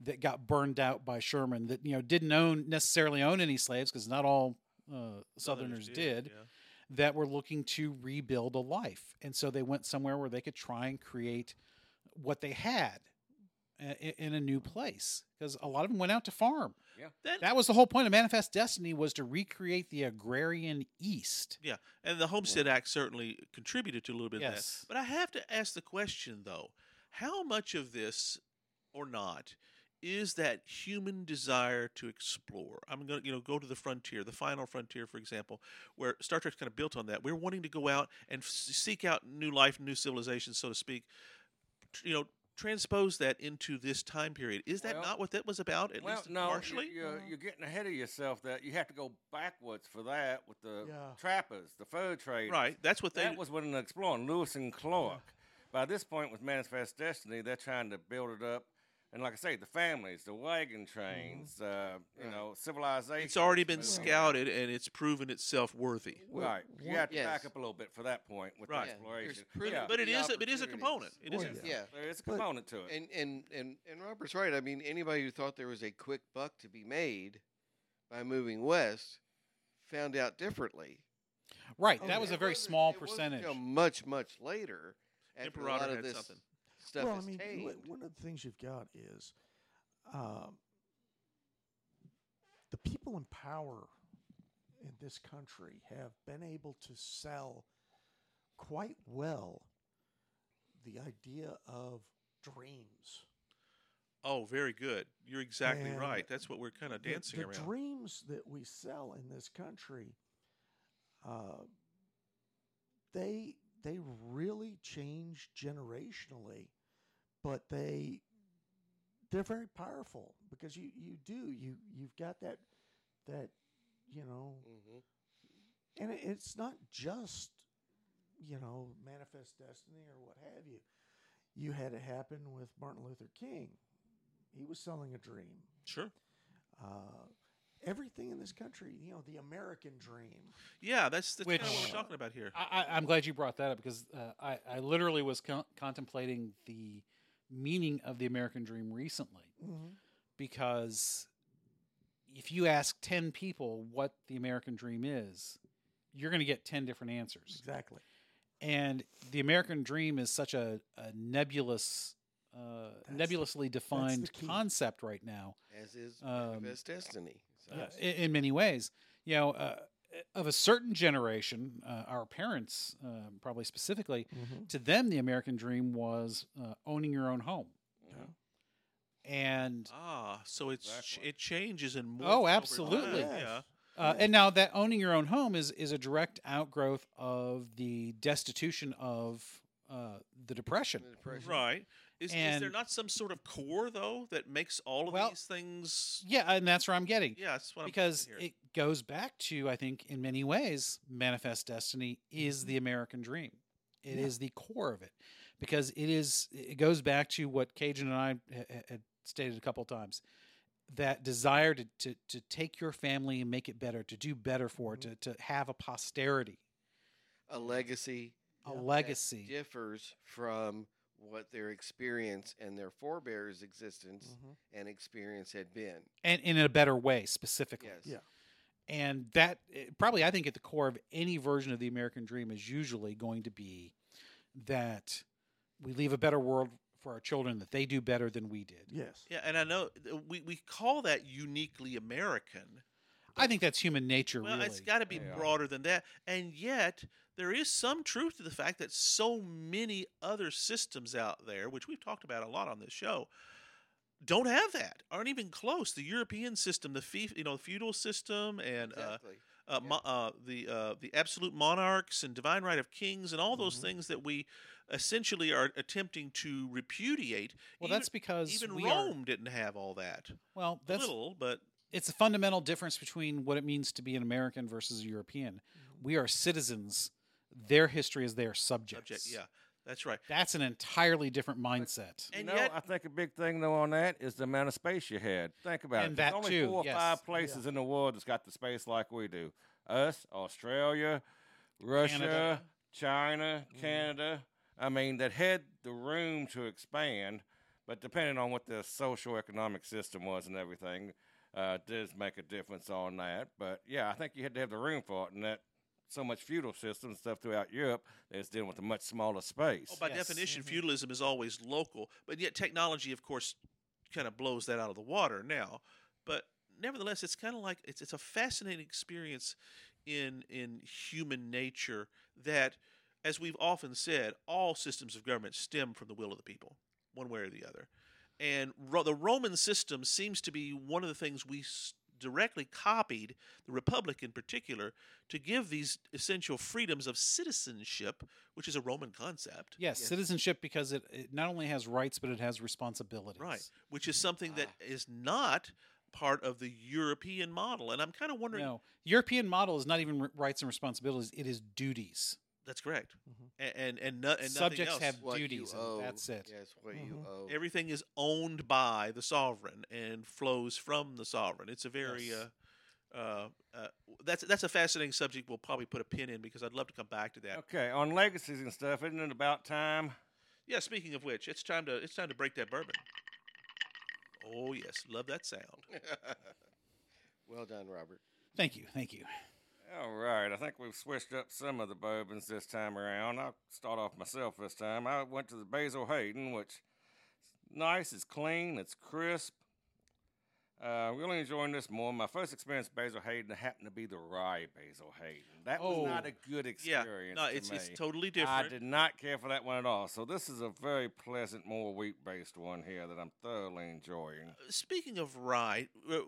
[SPEAKER 1] that got burned out by Sherman that you know didn't own necessarily own any slaves because not all uh, Southerners did
[SPEAKER 4] yeah.
[SPEAKER 1] that were looking to rebuild a life and so they went somewhere where they could try and create what they had i- i- in a new place because a lot of them went out to farm
[SPEAKER 4] Then-
[SPEAKER 1] that was the whole point of manifest destiny was to recreate the agrarian east
[SPEAKER 4] and the Homestead Act certainly contributed to a little bit of that.
[SPEAKER 1] yes
[SPEAKER 4] But I have to ask the question though: How much of this, or not, is that human desire to explore? I'm going to, you know, go to the frontier, the final frontier, for example, where Star Trek's kind of built on that. We're wanting to go out and f- seek out new life, new civilization, so to speak. Tr- You know, transpose that into this time period. Is that
[SPEAKER 2] Well-
[SPEAKER 4] not what that was about? At
[SPEAKER 2] well,
[SPEAKER 4] least
[SPEAKER 2] no,
[SPEAKER 4] partially. Uh-huh.
[SPEAKER 2] You, are you're getting ahead of yourself. That you have to go backwards for that with the
[SPEAKER 5] Yeah.
[SPEAKER 2] trappers, the fur traders.
[SPEAKER 4] Right. That's what they.
[SPEAKER 2] That was when they're exploring Lewis and Clark. By this point, with Manifest Destiny, they're trying to build it up. And like I say, the families, the wagon trains, uh, you
[SPEAKER 3] Right.
[SPEAKER 2] know, civilization.
[SPEAKER 4] it's already been
[SPEAKER 2] Right.
[SPEAKER 4] scouted and it's proven itself worthy.
[SPEAKER 2] Right. You
[SPEAKER 5] Well,
[SPEAKER 2] have to
[SPEAKER 3] yes.
[SPEAKER 2] back up a little bit for that point with
[SPEAKER 4] Right.
[SPEAKER 2] the
[SPEAKER 3] Yeah, there's
[SPEAKER 2] exploration.
[SPEAKER 3] proof
[SPEAKER 2] yeah.
[SPEAKER 4] But it
[SPEAKER 3] The
[SPEAKER 4] is. It is a
[SPEAKER 3] opportunities.
[SPEAKER 4] component. It
[SPEAKER 5] Oh,
[SPEAKER 4] is.
[SPEAKER 5] yeah.
[SPEAKER 4] a-
[SPEAKER 3] Yeah.
[SPEAKER 2] there is a
[SPEAKER 5] But-
[SPEAKER 2] component to it.
[SPEAKER 3] And and and and Robert's right. I mean, anybody who thought there was a quick buck to be made by moving west found out differently.
[SPEAKER 1] Right.
[SPEAKER 5] Oh,
[SPEAKER 1] that was
[SPEAKER 5] yeah.
[SPEAKER 1] a
[SPEAKER 3] It
[SPEAKER 1] very
[SPEAKER 3] wasn't-
[SPEAKER 1] small
[SPEAKER 3] it wasn't
[SPEAKER 1] percentage.
[SPEAKER 3] till much much later. After a
[SPEAKER 4] Imperator
[SPEAKER 3] lot of
[SPEAKER 4] had
[SPEAKER 3] this
[SPEAKER 4] something.
[SPEAKER 3] stuff
[SPEAKER 5] well,
[SPEAKER 3] is
[SPEAKER 5] I mean,
[SPEAKER 3] tamed.
[SPEAKER 5] wh- one of the things you've got is um, the people in power in this country have been able to sell quite well the idea of dreams.
[SPEAKER 4] Oh, very good. You're exactly
[SPEAKER 5] And
[SPEAKER 4] right. That's what we're kind of
[SPEAKER 5] The-
[SPEAKER 4] dancing
[SPEAKER 5] the,
[SPEAKER 4] around.
[SPEAKER 5] dreams that we sell in this country, uh, they they really change generationally, but they they're very powerful because you you do you you've got that that you know
[SPEAKER 3] Mhm.
[SPEAKER 5] and it, it's not just you know manifest destiny or what have you you had it happen with martin luther king he was selling a dream
[SPEAKER 4] Sure.
[SPEAKER 5] uh, everything in this country, you know, the American dream.
[SPEAKER 4] Yeah, that's that's kind of what
[SPEAKER 1] Which-
[SPEAKER 4] we're talking about here.
[SPEAKER 1] I, I, I'm glad you brought that up because uh, I, I literally was con- contemplating the meaning of the American dream recently
[SPEAKER 3] Mm-hmm.
[SPEAKER 1] because if you ask 10 people what the American dream is, you're going to get 10 different answers.
[SPEAKER 5] Exactly.
[SPEAKER 1] And the American dream is such a, a nebulous, uh,
[SPEAKER 5] the-
[SPEAKER 1] nebulously defined
[SPEAKER 5] key.
[SPEAKER 1] concept right now
[SPEAKER 3] As is
[SPEAKER 1] Um,
[SPEAKER 3] Manifest Destiny. So,
[SPEAKER 1] uh, in, in many ways. You know, uh, of a certain generation, uh, our parents uh, probably specifically,
[SPEAKER 3] Mm-hmm.
[SPEAKER 1] to them, the American dream was uh, owning your own home.
[SPEAKER 5] Mhm.
[SPEAKER 1] And
[SPEAKER 4] Ah, so it's ch-
[SPEAKER 2] Exactly.
[SPEAKER 4] it changes and morphs
[SPEAKER 1] Oh,
[SPEAKER 4] over
[SPEAKER 1] absolutely.
[SPEAKER 4] time. Yeah.
[SPEAKER 1] uh,
[SPEAKER 5] Yeah.
[SPEAKER 1] and now that owning your own home is is a direct outgrowth of the destitution of uh, the depression.
[SPEAKER 3] the
[SPEAKER 5] Mm-hmm.
[SPEAKER 3] depression.
[SPEAKER 4] Right. Is, is there
[SPEAKER 1] And-
[SPEAKER 4] not some sort of core though that makes all of
[SPEAKER 1] Well-
[SPEAKER 4] these things?
[SPEAKER 1] Yeah, and that's where I'm getting
[SPEAKER 4] Yeah, that's what
[SPEAKER 1] because
[SPEAKER 4] I'm thinking here.
[SPEAKER 1] it goes back to I think in many ways, manifest destiny is
[SPEAKER 4] Mm-hmm.
[SPEAKER 1] the American dream. It is
[SPEAKER 5] Yeah.
[SPEAKER 1] the core of it because it is. It goes back to what Cajun and I ha- ha- had stated a couple times that desire to, to to take your family and make it better to do better for it
[SPEAKER 4] Mm-hmm.
[SPEAKER 1] to, to have a posterity
[SPEAKER 3] a legacy
[SPEAKER 1] a
[SPEAKER 5] Yeah.
[SPEAKER 1] legacy
[SPEAKER 3] differs from what their experience and their forebears' existence
[SPEAKER 5] Mhm.
[SPEAKER 1] Mm-hmm.
[SPEAKER 3] and experience had been.
[SPEAKER 1] and in a better way specifically
[SPEAKER 3] Yes.
[SPEAKER 5] Yeah.
[SPEAKER 1] and that eh, probably i think at the core of any version of the american dream is usually going to be that we leave a better world for our children that they do better than we did
[SPEAKER 5] Yes.
[SPEAKER 4] Yeah, and I know th- we, we call that uniquely American.
[SPEAKER 1] i think that's human nature
[SPEAKER 4] Well,
[SPEAKER 1] really
[SPEAKER 4] it's got to be
[SPEAKER 2] Yeah.
[SPEAKER 4] broader than that. And yet, there is some truth to the fact that so many other systems out there, which we've talked about a lot on this show, don't have that. Aren't even close. The European system, the fee, you know, feudal system, and uh,
[SPEAKER 3] Exactly.
[SPEAKER 4] uh,
[SPEAKER 3] Yeah.
[SPEAKER 4] mo- uh, the uh, the absolute monarchs and divine right of kings and all
[SPEAKER 1] Mm-hmm.
[SPEAKER 4] those
[SPEAKER 5] Mhm.
[SPEAKER 4] things that we essentially are attempting to repudiate.
[SPEAKER 1] well
[SPEAKER 4] Even-
[SPEAKER 1] that's because
[SPEAKER 4] even
[SPEAKER 1] we
[SPEAKER 4] Rome
[SPEAKER 1] are,
[SPEAKER 4] didn't have all that.
[SPEAKER 1] well
[SPEAKER 4] A
[SPEAKER 1] that's
[SPEAKER 4] little, but
[SPEAKER 1] it's a fundamental difference between what it means to be an american versus a european
[SPEAKER 4] Mm-hmm.
[SPEAKER 1] we are citizens their history is their subjects
[SPEAKER 4] subject. Yeah, that's right.
[SPEAKER 1] that's an entirely different mindset
[SPEAKER 2] You
[SPEAKER 4] And
[SPEAKER 2] know,
[SPEAKER 4] yet-
[SPEAKER 2] I think a big thing though on that is the amount of space you had. Think about
[SPEAKER 1] And
[SPEAKER 2] it. There's
[SPEAKER 1] that
[SPEAKER 2] only
[SPEAKER 1] too,
[SPEAKER 2] four or
[SPEAKER 1] yes.
[SPEAKER 2] five places in the world that's got the space like we do. Us, Australia, Russia,
[SPEAKER 1] Canada. Mm-hmm.
[SPEAKER 2] China, Canada. I mean, that had the room to expand, but depending on what the social economic system was and everything, uh, does make a difference on that. But yeah, I think you had to have the room for it, and that so much feudal system and stuff throughout Europe that's dealing with a much smaller space.
[SPEAKER 4] Well, by
[SPEAKER 1] Yes.
[SPEAKER 4] definition,
[SPEAKER 1] Mhm.
[SPEAKER 4] feudalism is always local, but yet technology, of course, kind of blows that out of the water now. But nevertheless, it's kind of like it's it's a fascinating experience in in human nature that, as we've often said, all systems of government stem from the will of the people, one way or the other. And Ro- the Roman system seems to be one of the things we s- directly copied, the Republic in particular, to give these essential freedoms of citizenship, which is a Roman concept.
[SPEAKER 1] Yes,
[SPEAKER 3] Yes.
[SPEAKER 1] citizenship because it, it not only has rights but it has responsibilities.
[SPEAKER 4] Right, which is something that
[SPEAKER 3] Ah.
[SPEAKER 4] is not part of the European model. And I'm kind of wondering.
[SPEAKER 1] No, European model is not even r- rights and responsibilities; it is duties.
[SPEAKER 4] That's correct.
[SPEAKER 5] Mhm.
[SPEAKER 4] A- And and no, and nothing
[SPEAKER 1] Subjects
[SPEAKER 4] else.
[SPEAKER 1] have-
[SPEAKER 3] What you
[SPEAKER 1] Duties, and
[SPEAKER 3] owe,
[SPEAKER 1] that's it. Mm-hmm.
[SPEAKER 3] Yes, what you
[SPEAKER 5] Mhm.
[SPEAKER 3] owe.
[SPEAKER 4] everything is owned by the sovereign and flows from the sovereign. It's a very
[SPEAKER 1] Yes.
[SPEAKER 4] uh, uh, uh, that's that's a fascinating subject. We'll probably put a pin in because I'd love to come back to that.
[SPEAKER 2] Okay, on legacies and stuff, isn't it about time?
[SPEAKER 4] Yeah. Speaking of which, it's time to it's time to break that bourbon. Oh yes, love that sound.
[SPEAKER 3] well done, Robert.
[SPEAKER 1] Thank you, thank you.
[SPEAKER 2] All right, I think we've switched up some of the bourbons this time around. I'll start off myself this time. I went to the Basil Hayden, which is nice, it's clean, it's crisp. Uh, really enjoying this more. My first experience with Basil Hayden happened to be the rye Basil Hayden. That was not
[SPEAKER 1] Oh.
[SPEAKER 2] a good
[SPEAKER 4] Yeah.
[SPEAKER 2] experience.
[SPEAKER 4] No,
[SPEAKER 2] to
[SPEAKER 4] it's it's
[SPEAKER 2] me.
[SPEAKER 4] totally different.
[SPEAKER 2] I did not care for that one at all. So this is a very pleasant, more wheat-based one here that I'm thoroughly enjoying.
[SPEAKER 4] Speaking of rye, uh,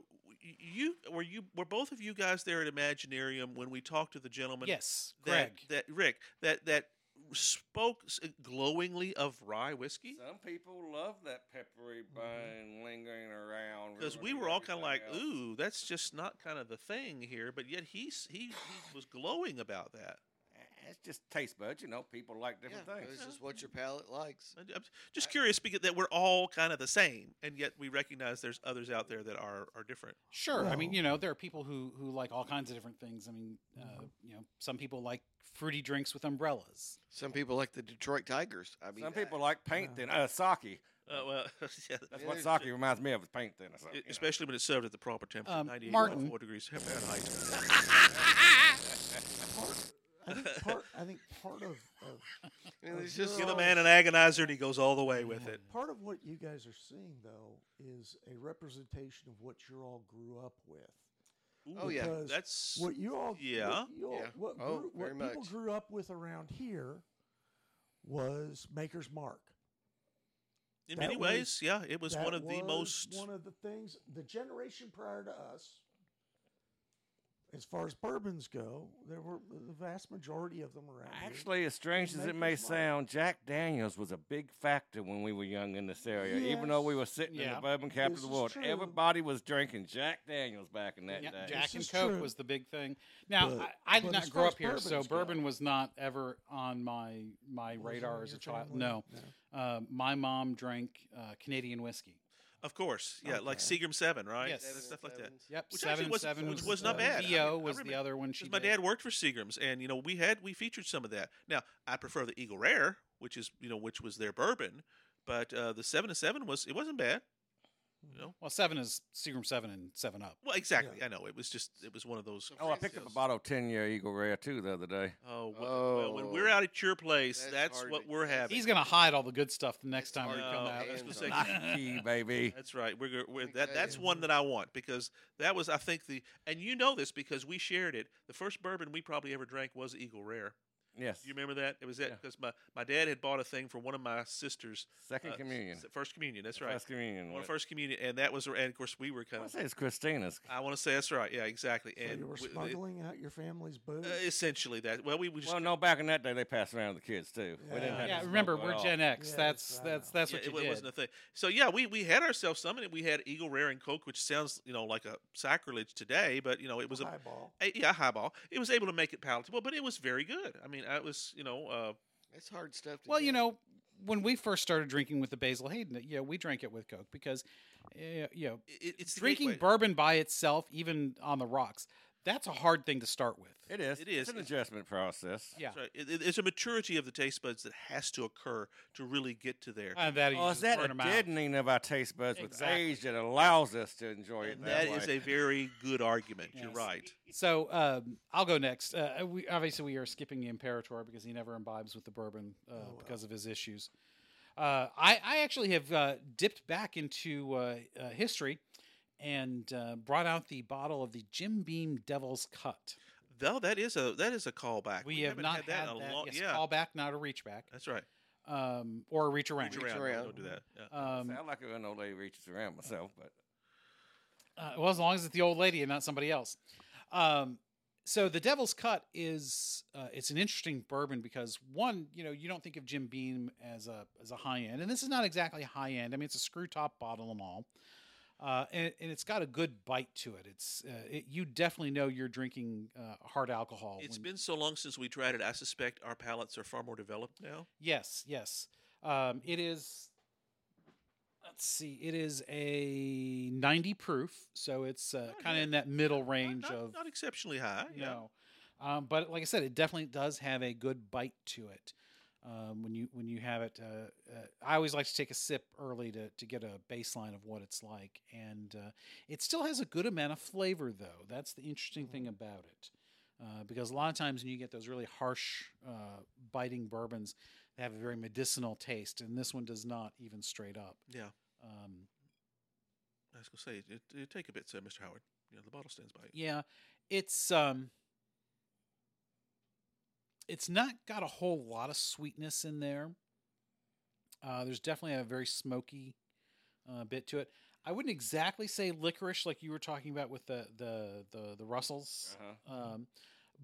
[SPEAKER 4] you were you were both of you guys there at Imaginarium when we talked to the gentleman
[SPEAKER 1] Yes, Greg.
[SPEAKER 4] that, that Rick that that spoke s- glowingly of rye whiskey
[SPEAKER 2] Some people love that peppery bun lingering around.
[SPEAKER 4] because we
[SPEAKER 2] ruining
[SPEAKER 4] were all kind of like,
[SPEAKER 2] everything else.
[SPEAKER 4] "Ooh, that's just not kind of the thing here," but yet he s- he, he was glowing about that.
[SPEAKER 2] Eh, It's just taste buds, you know. People like different
[SPEAKER 3] yeah,
[SPEAKER 2] things.
[SPEAKER 3] It's just what your palate likes.
[SPEAKER 4] And I'm just curious because that we're all kind of the same, and yet we recognize there's others out there that are are different.
[SPEAKER 1] Sure. I mean,
[SPEAKER 5] Well-
[SPEAKER 1] you know, there are people who who like all kinds of different things. I mean, uh,
[SPEAKER 5] Mhm.
[SPEAKER 1] you know, some people like fruity drinks with umbrellas.
[SPEAKER 3] Some people like the Detroit Tigers. I mean,
[SPEAKER 2] Some
[SPEAKER 3] that-
[SPEAKER 2] people like paint thin, uh, sake.
[SPEAKER 4] Uh, well, yeah,
[SPEAKER 2] That's
[SPEAKER 3] Yeah,
[SPEAKER 2] what
[SPEAKER 3] there's-
[SPEAKER 2] sake reminds me of is paint thin or something.
[SPEAKER 4] e-
[SPEAKER 2] you know.
[SPEAKER 4] especially when it's served at the proper temperature,
[SPEAKER 1] Um,
[SPEAKER 4] 98
[SPEAKER 1] Martin.
[SPEAKER 4] 4 degrees Fahrenheit.
[SPEAKER 5] Part, I think part. I think part of, of
[SPEAKER 3] I mean, it's just
[SPEAKER 4] Give a man an agonizer, and he goes all the way with it.
[SPEAKER 5] Part of what you guys are seeing, though, is a representation of what you all grew up with.
[SPEAKER 3] Oh, yeah.
[SPEAKER 5] Because
[SPEAKER 4] that's
[SPEAKER 5] What you all,
[SPEAKER 4] Yeah.
[SPEAKER 5] what, you all,
[SPEAKER 3] Yeah.
[SPEAKER 5] what,
[SPEAKER 3] Oh,
[SPEAKER 5] grew,
[SPEAKER 3] very
[SPEAKER 5] what people
[SPEAKER 3] much.
[SPEAKER 5] grew up with around here was Maker's Mark.
[SPEAKER 4] in
[SPEAKER 5] that
[SPEAKER 4] many
[SPEAKER 5] was-
[SPEAKER 4] ways, yeah. It was
[SPEAKER 5] That
[SPEAKER 4] one of the
[SPEAKER 5] was
[SPEAKER 4] most
[SPEAKER 5] one of the things the generation prior to us. As far as bourbons go, there were the vast majority of them around. here.
[SPEAKER 2] Actually, as strange as it may
[SPEAKER 5] Maker's Mark.
[SPEAKER 2] sound, Jack Daniels was a big factor when we were young in this area. Even though we
[SPEAKER 5] Yes.
[SPEAKER 2] were sitting in
[SPEAKER 1] Yeah.
[SPEAKER 2] the bourbon capital
[SPEAKER 5] This
[SPEAKER 2] of the
[SPEAKER 5] is
[SPEAKER 2] world,
[SPEAKER 5] true.
[SPEAKER 2] everybody was drinking Jack Daniels back in that
[SPEAKER 1] Yeah,
[SPEAKER 2] day.
[SPEAKER 1] Jack
[SPEAKER 5] This
[SPEAKER 1] and
[SPEAKER 5] is
[SPEAKER 1] Coke
[SPEAKER 5] true.
[SPEAKER 1] was the big thing. Now,
[SPEAKER 5] But-
[SPEAKER 1] I, I did
[SPEAKER 5] but
[SPEAKER 1] not
[SPEAKER 5] as
[SPEAKER 1] grow
[SPEAKER 5] far as
[SPEAKER 1] up here, so
[SPEAKER 5] bourbons go-
[SPEAKER 1] bourbon was not ever on my my
[SPEAKER 5] Was it in
[SPEAKER 1] radar as
[SPEAKER 5] your
[SPEAKER 1] a child.
[SPEAKER 5] family?
[SPEAKER 1] No, uh, my mom drank uh, Canadian whiskey.
[SPEAKER 4] Of course, yeah, like
[SPEAKER 5] Okay.
[SPEAKER 4] Seagram Seven, right?
[SPEAKER 1] Yes.
[SPEAKER 4] and stuff like that.
[SPEAKER 3] Sevens.
[SPEAKER 1] Yep,
[SPEAKER 4] Which actually
[SPEAKER 1] seven
[SPEAKER 4] was-
[SPEAKER 1] seven
[SPEAKER 4] which
[SPEAKER 1] was,
[SPEAKER 4] was not
[SPEAKER 1] uh,
[SPEAKER 4] bad.
[SPEAKER 1] VO
[SPEAKER 4] I mean, I
[SPEAKER 1] was the
[SPEAKER 4] remember-
[SPEAKER 1] other one she.
[SPEAKER 4] 'Cause my
[SPEAKER 1] did.
[SPEAKER 4] dad worked for Seagrams, and you know we had we featured some of that. Now I prefer the Eagle Rare, which is you know which was their bourbon, but uh, the Seven to Seven was it wasn't bad. You know,
[SPEAKER 1] Well, seven is Seagram seven and seven up.
[SPEAKER 4] well exactly. I know it was just it was one of those.
[SPEAKER 3] So
[SPEAKER 2] Oh, I picked up a
[SPEAKER 3] Francis,
[SPEAKER 2] bottle of 10 year Eagle Rare too the other day.
[SPEAKER 4] Oh, wh- well, when we're
[SPEAKER 3] Oh,
[SPEAKER 4] out at your place,
[SPEAKER 3] that's
[SPEAKER 4] that's,
[SPEAKER 3] hard
[SPEAKER 4] what
[SPEAKER 3] to-
[SPEAKER 4] we're having.
[SPEAKER 1] He's gonna hide all the good stuff the next
[SPEAKER 3] It's
[SPEAKER 1] time we
[SPEAKER 3] hard to
[SPEAKER 1] come
[SPEAKER 4] No,
[SPEAKER 1] out.
[SPEAKER 4] I was gonna
[SPEAKER 3] hands
[SPEAKER 4] say,
[SPEAKER 3] on.
[SPEAKER 2] Lucky, baby.
[SPEAKER 4] That's right. We're, go- we're
[SPEAKER 3] Like
[SPEAKER 4] that.
[SPEAKER 3] that,
[SPEAKER 4] That's
[SPEAKER 3] yeah.
[SPEAKER 4] one that I want because that was, I think, the and you know this because we shared it. The first bourbon we probably ever drank was Eagle Rare.
[SPEAKER 2] Yes.
[SPEAKER 4] Do you remember that? It was that
[SPEAKER 2] Yeah.
[SPEAKER 4] because my my dad had bought a thing for one of my sisters'
[SPEAKER 2] Second
[SPEAKER 4] uh,
[SPEAKER 2] communion.
[SPEAKER 4] s- first communion. That's right.
[SPEAKER 2] First communion.
[SPEAKER 4] One
[SPEAKER 2] with-
[SPEAKER 4] first communion, and that was, and of course we were
[SPEAKER 2] I
[SPEAKER 4] kind
[SPEAKER 2] want
[SPEAKER 4] of.
[SPEAKER 2] to say it's Christina's.
[SPEAKER 4] I want to say that's right. Yeah, exactly.
[SPEAKER 5] So
[SPEAKER 4] and
[SPEAKER 5] you were
[SPEAKER 4] w- it-
[SPEAKER 5] smuggling out your family's booze.
[SPEAKER 4] uh, essentially that. Well, we, we just
[SPEAKER 2] Well, no, back in that day, they passed around to the kids too. We didn't
[SPEAKER 5] Yeah.
[SPEAKER 2] have
[SPEAKER 1] Yeah,
[SPEAKER 2] to
[SPEAKER 1] remember
[SPEAKER 2] smoke at
[SPEAKER 1] we're
[SPEAKER 2] all.
[SPEAKER 1] Gen X.
[SPEAKER 5] Yes,
[SPEAKER 1] that's
[SPEAKER 5] I
[SPEAKER 1] that's
[SPEAKER 5] know.
[SPEAKER 1] that's
[SPEAKER 4] Yeah,
[SPEAKER 1] what
[SPEAKER 4] it,
[SPEAKER 1] you
[SPEAKER 4] wa-
[SPEAKER 1] did.
[SPEAKER 4] wasn't a thing. So yeah, we we had ourselves some, and we had Eagle Rare and Coke, which sounds you know like a sacrilege today, but you know it was a
[SPEAKER 5] highball.
[SPEAKER 4] a- yeah, highball. It was able to make it palatable, but it was very good. I mean, I was, you know, uh,
[SPEAKER 3] That's hard stuff. To
[SPEAKER 1] Well,
[SPEAKER 3] do.
[SPEAKER 1] you know, when we first started drinking with the Basil Hayden, yeah, we drank it with Coke because, uh, you know,
[SPEAKER 4] it, it's the
[SPEAKER 1] drinking
[SPEAKER 4] gateway.
[SPEAKER 1] bourbon by itself, even on the rocks, that's a hard thing to start with.
[SPEAKER 2] It is.
[SPEAKER 4] It is.
[SPEAKER 2] It's an
[SPEAKER 4] It's-
[SPEAKER 2] adjustment process.
[SPEAKER 1] Yeah,
[SPEAKER 4] That's right. It- it- it's a maturity of the taste buds that has to occur to really get to there.
[SPEAKER 1] and that
[SPEAKER 2] Oh, is that a deadening of our taste buds
[SPEAKER 1] Exactly.
[SPEAKER 2] with age that allows us to enjoy it
[SPEAKER 4] and that is a very good argument. You're
[SPEAKER 1] Yes.
[SPEAKER 4] right.
[SPEAKER 1] So um, I'll go next. Uh, we, obviously, we are skipping the Imperator because he never imbibes with the bourbon uh,
[SPEAKER 5] Oh, wow.
[SPEAKER 1] because of his issues. Uh, I, I actually have uh, dipped back into uh, uh, history and uh, brought out the bottle of the Jim Beam Devil's Cut.
[SPEAKER 4] Though that is a that is a callback.
[SPEAKER 1] We, have
[SPEAKER 4] haven't
[SPEAKER 1] not
[SPEAKER 4] had that in a long.
[SPEAKER 1] Yes,
[SPEAKER 4] yeah,
[SPEAKER 1] call back, not a reach back,
[SPEAKER 4] that's right.
[SPEAKER 1] um, or a reach around.
[SPEAKER 4] Reach around.
[SPEAKER 3] around.
[SPEAKER 4] Don't do that. Yeah.
[SPEAKER 1] Um,
[SPEAKER 2] Sound like an old lady reaches around myself, but
[SPEAKER 1] Uh, well, as long as it's the old lady and not somebody else. Um, so the Devil's Cut is uh, it's an interesting bourbon because one, you know, you don't think of Jim Beam as a as a high end, and this is not exactly high end. I mean, it's a screw top bottle and all, uh, and and it's got a good bite to it. It's uh, it, you definitely know you're drinking uh, hard alcohol.
[SPEAKER 4] It's
[SPEAKER 1] when-
[SPEAKER 4] been so long since we tried it. I suspect our palates are far more developed now.
[SPEAKER 1] yes, yes. Um, it is. Let's see. It is a 90 proof, so it's uh,
[SPEAKER 4] Oh,
[SPEAKER 1] kind of
[SPEAKER 4] yeah.
[SPEAKER 1] in that middle
[SPEAKER 4] Not-
[SPEAKER 1] range
[SPEAKER 4] not,
[SPEAKER 1] of
[SPEAKER 4] not exceptionally high. Yeah.
[SPEAKER 1] No. Um, but like I said, it definitely does have a good bite to it. Um, when you when you have it, uh, uh, I always like to take a sip early to, to get a baseline of what it's like, and uh, it still has a good amount of flavor though. That's the interesting thing
[SPEAKER 4] Mm-hmm.
[SPEAKER 1] about it, uh, because a lot of times when you get those really harsh, uh, biting bourbons, they have a very medicinal taste, and this one does not even straight up.
[SPEAKER 4] Yeah.
[SPEAKER 1] Um,
[SPEAKER 4] I was gonna say it, it, it take a bit, so Mr. Howard. You know, the bottle stands by you.
[SPEAKER 1] Yeah, it's um, it's not got a whole lot of sweetness in there. Uh, there's definitely a very smoky uh, bit to it. I wouldn't exactly say licorice like you were talking about with the the the, the Russells,
[SPEAKER 2] uh-huh.
[SPEAKER 1] um,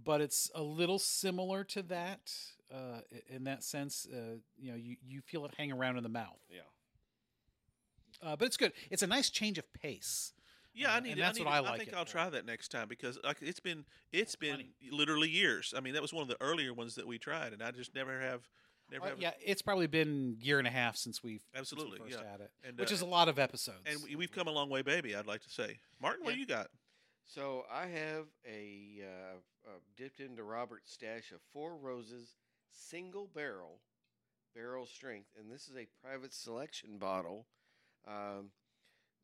[SPEAKER 1] but it's a little similar to that uh, i- in that sense. Uh, you know, you you feel it hang around in the mouth,
[SPEAKER 2] yeah.
[SPEAKER 1] uh, but it's good. It's a nice change of pace.
[SPEAKER 4] Yeah,
[SPEAKER 1] Uh,
[SPEAKER 4] I need.
[SPEAKER 1] and
[SPEAKER 4] I
[SPEAKER 1] that's
[SPEAKER 4] need
[SPEAKER 1] what
[SPEAKER 4] to-
[SPEAKER 1] I like
[SPEAKER 4] think
[SPEAKER 1] it
[SPEAKER 4] I'll
[SPEAKER 1] for.
[SPEAKER 4] try that next time because like it's been it's been
[SPEAKER 1] Plenty.
[SPEAKER 4] literally years. I mean, that was one of the earlier ones that we tried, and I just never have, never
[SPEAKER 1] Uh,
[SPEAKER 4] have.
[SPEAKER 1] yeah, it's probably been year and a half since we've since we
[SPEAKER 4] Absolutely,
[SPEAKER 1] first
[SPEAKER 4] yeah.
[SPEAKER 1] had it.
[SPEAKER 4] And,
[SPEAKER 1] which
[SPEAKER 4] uh,
[SPEAKER 1] is a lot of episodes.
[SPEAKER 4] and we, we've come a long way, baby. I'd like to say, Martin, what
[SPEAKER 3] Yeah.
[SPEAKER 4] do you got?
[SPEAKER 3] So I have a uh, uh, dipped into Robert's stash of Four Roses single barrel, barrel strength, and this is a private selection bottle, um,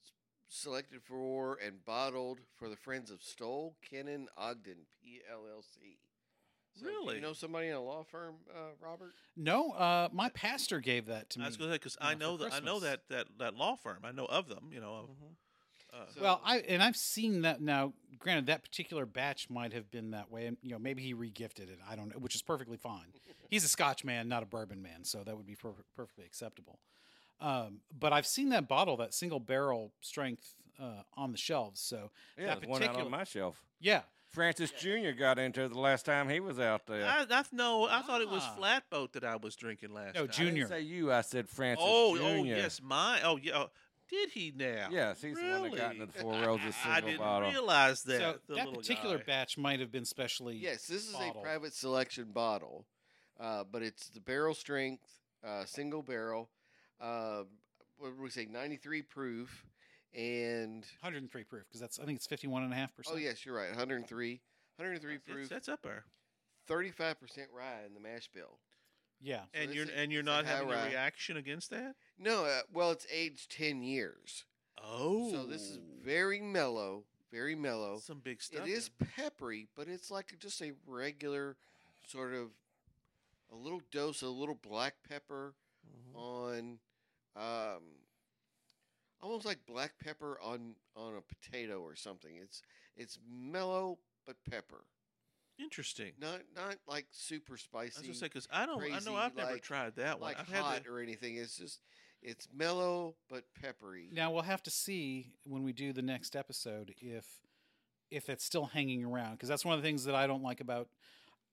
[SPEAKER 3] s- selected for and bottled for the friends of Stoll Kennan Ogden PLLC. So Do
[SPEAKER 4] Really?
[SPEAKER 3] you know somebody in a law firm, uh, Robert?
[SPEAKER 1] no, uh, my pastor gave that to me.
[SPEAKER 4] I was going to say because
[SPEAKER 1] uh,
[SPEAKER 4] I
[SPEAKER 1] for
[SPEAKER 4] know that I know
[SPEAKER 1] Christmas.
[SPEAKER 4] that, that that law firm. I know of them. You know.
[SPEAKER 5] Mhm.
[SPEAKER 4] Uh,
[SPEAKER 3] So-
[SPEAKER 1] well, I and I've seen that now. Granted, that particular batch might have been that way, and you know maybe he regifted it. I don't know, which is perfectly fine. He's a Scotch man, not a bourbon man, so that would be per- perfectly acceptable. Um, but I've seen that bottle, that single barrel strength, uh, on the shelves. So
[SPEAKER 2] Yeah,
[SPEAKER 1] That
[SPEAKER 2] there's one out
[SPEAKER 1] particular-
[SPEAKER 2] on my shelf.
[SPEAKER 1] yeah,
[SPEAKER 2] Francis Jr. got into it the last time he was out there.
[SPEAKER 4] I, I no, I thought it was
[SPEAKER 1] Ah.
[SPEAKER 4] Flatboat that I was drinking last.
[SPEAKER 1] No,
[SPEAKER 4] time.
[SPEAKER 2] I didn't
[SPEAKER 1] Junior.
[SPEAKER 2] say you, I said Francis
[SPEAKER 4] Oh,
[SPEAKER 2] Jr.
[SPEAKER 4] oh yes, my. Oh yeah. oh, Did he now?
[SPEAKER 2] Yes, he's the one that got into the Four Roses
[SPEAKER 4] I, I
[SPEAKER 2] single
[SPEAKER 4] didn't
[SPEAKER 2] bottle.
[SPEAKER 4] realize that.
[SPEAKER 1] so
[SPEAKER 4] the
[SPEAKER 1] that
[SPEAKER 4] little
[SPEAKER 1] particular
[SPEAKER 4] guy.
[SPEAKER 1] batch might have been specially.
[SPEAKER 3] Yes, this is
[SPEAKER 1] bottle.
[SPEAKER 3] a private selection bottle, uh, but it's the barrel strength, uh, single barrel. Uh, what would we say, 93 proof, and
[SPEAKER 1] 103 proof because that's I think it's 51 and a half percent.
[SPEAKER 3] oh yes, you're right, 103, 103
[SPEAKER 4] That's-
[SPEAKER 3] proof,
[SPEAKER 4] That's up there.
[SPEAKER 3] 35 percent rye in the mash bill.
[SPEAKER 1] Yeah.
[SPEAKER 3] So
[SPEAKER 4] and
[SPEAKER 3] it's
[SPEAKER 4] you're
[SPEAKER 3] a-
[SPEAKER 4] and you're
[SPEAKER 3] it's a
[SPEAKER 4] not
[SPEAKER 3] high
[SPEAKER 4] having
[SPEAKER 3] rye.
[SPEAKER 4] a reaction against that.
[SPEAKER 3] No, uh, well, it's aged 10 years,
[SPEAKER 4] Oh,
[SPEAKER 3] so this is very mellow, very mellow.
[SPEAKER 4] some big
[SPEAKER 3] It
[SPEAKER 4] stuff.
[SPEAKER 3] is
[SPEAKER 4] then.
[SPEAKER 3] peppery, but it's like just a regular sort of a little dose of little black pepper
[SPEAKER 4] Mm-hmm.
[SPEAKER 5] Mhm.
[SPEAKER 3] on um almost like black pepper on on a potato or something. It's it's mellow but pepper.
[SPEAKER 4] interesting.
[SPEAKER 3] Not not like super
[SPEAKER 4] I was
[SPEAKER 3] spicy
[SPEAKER 4] gonna say because I don't. I
[SPEAKER 3] crazy,
[SPEAKER 4] know I've never
[SPEAKER 3] like-
[SPEAKER 4] tried that one.
[SPEAKER 3] like
[SPEAKER 4] I've
[SPEAKER 3] hot
[SPEAKER 4] had the,
[SPEAKER 3] or anything. It's just it's mellow but peppery.
[SPEAKER 1] Now we'll have to see when we do the next episode if if it's still hanging around because that's one of the things that I don't like about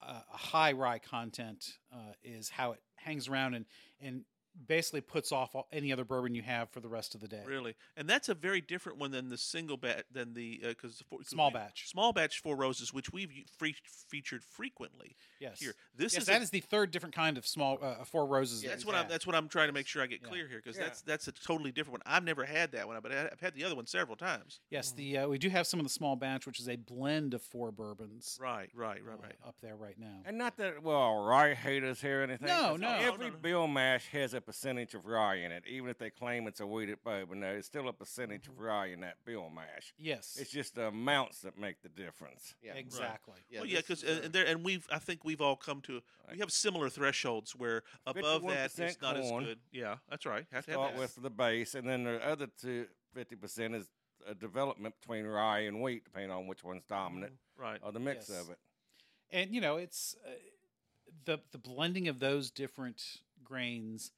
[SPEAKER 1] uh, a high rye content uh, is how it hangs around and and basically puts off all, any other bourbon you have for the rest of the day.
[SPEAKER 4] really, and that's a very different one than the single bat than the because
[SPEAKER 1] Small batch.
[SPEAKER 4] small batch four roses, which we've u- fre- featured frequently
[SPEAKER 1] Yes.
[SPEAKER 4] here. This
[SPEAKER 1] yes,
[SPEAKER 4] is
[SPEAKER 1] that
[SPEAKER 4] a-
[SPEAKER 1] is the third different kind of small uh, four roses. that
[SPEAKER 3] Yeah,
[SPEAKER 4] that's
[SPEAKER 1] we've
[SPEAKER 4] what I'm.
[SPEAKER 1] had.
[SPEAKER 4] That's what I'm trying to make sure I get
[SPEAKER 1] Yeah.
[SPEAKER 4] clear here because
[SPEAKER 2] Yeah.
[SPEAKER 4] that's that's a totally different one. I've never had that one, but I- I've had the other one several times.
[SPEAKER 1] Yes,
[SPEAKER 5] Mhm.
[SPEAKER 1] the uh, we do have some of the small batch, which is a blend of four bourbons.
[SPEAKER 4] Right, right, right,
[SPEAKER 1] uh,
[SPEAKER 4] right.
[SPEAKER 1] up there right now.
[SPEAKER 2] And not that well, all rye haters here or anything.
[SPEAKER 1] No,
[SPEAKER 2] 'cause
[SPEAKER 1] no.
[SPEAKER 2] Every
[SPEAKER 4] No, no, no.
[SPEAKER 2] bill mash has a percentage of rye in it, even if they claim it's a weeded bourbon. No, it's still a percentage
[SPEAKER 1] Mm-hmm.
[SPEAKER 2] of rye in that bill mash.
[SPEAKER 1] Yes,
[SPEAKER 2] It's just the amounts that make the difference.
[SPEAKER 3] Yeah.
[SPEAKER 1] exactly.
[SPEAKER 4] well, yeah,
[SPEAKER 3] this is
[SPEAKER 4] because and,
[SPEAKER 3] a-
[SPEAKER 4] and there and we've I think we've all come to we have similar thresholds where above that
[SPEAKER 2] 51%
[SPEAKER 4] it's not
[SPEAKER 2] corn.
[SPEAKER 4] as good. Yeah, that's right. Have to have
[SPEAKER 2] Start
[SPEAKER 4] that.
[SPEAKER 2] with the base, and then the other two fifty percent is a development between rye and wheat, depending on which one's dominant
[SPEAKER 4] right.
[SPEAKER 2] or the mix
[SPEAKER 1] Mm-hmm. Yes.
[SPEAKER 2] of it.
[SPEAKER 1] and you know it's uh, the the blending of those different grains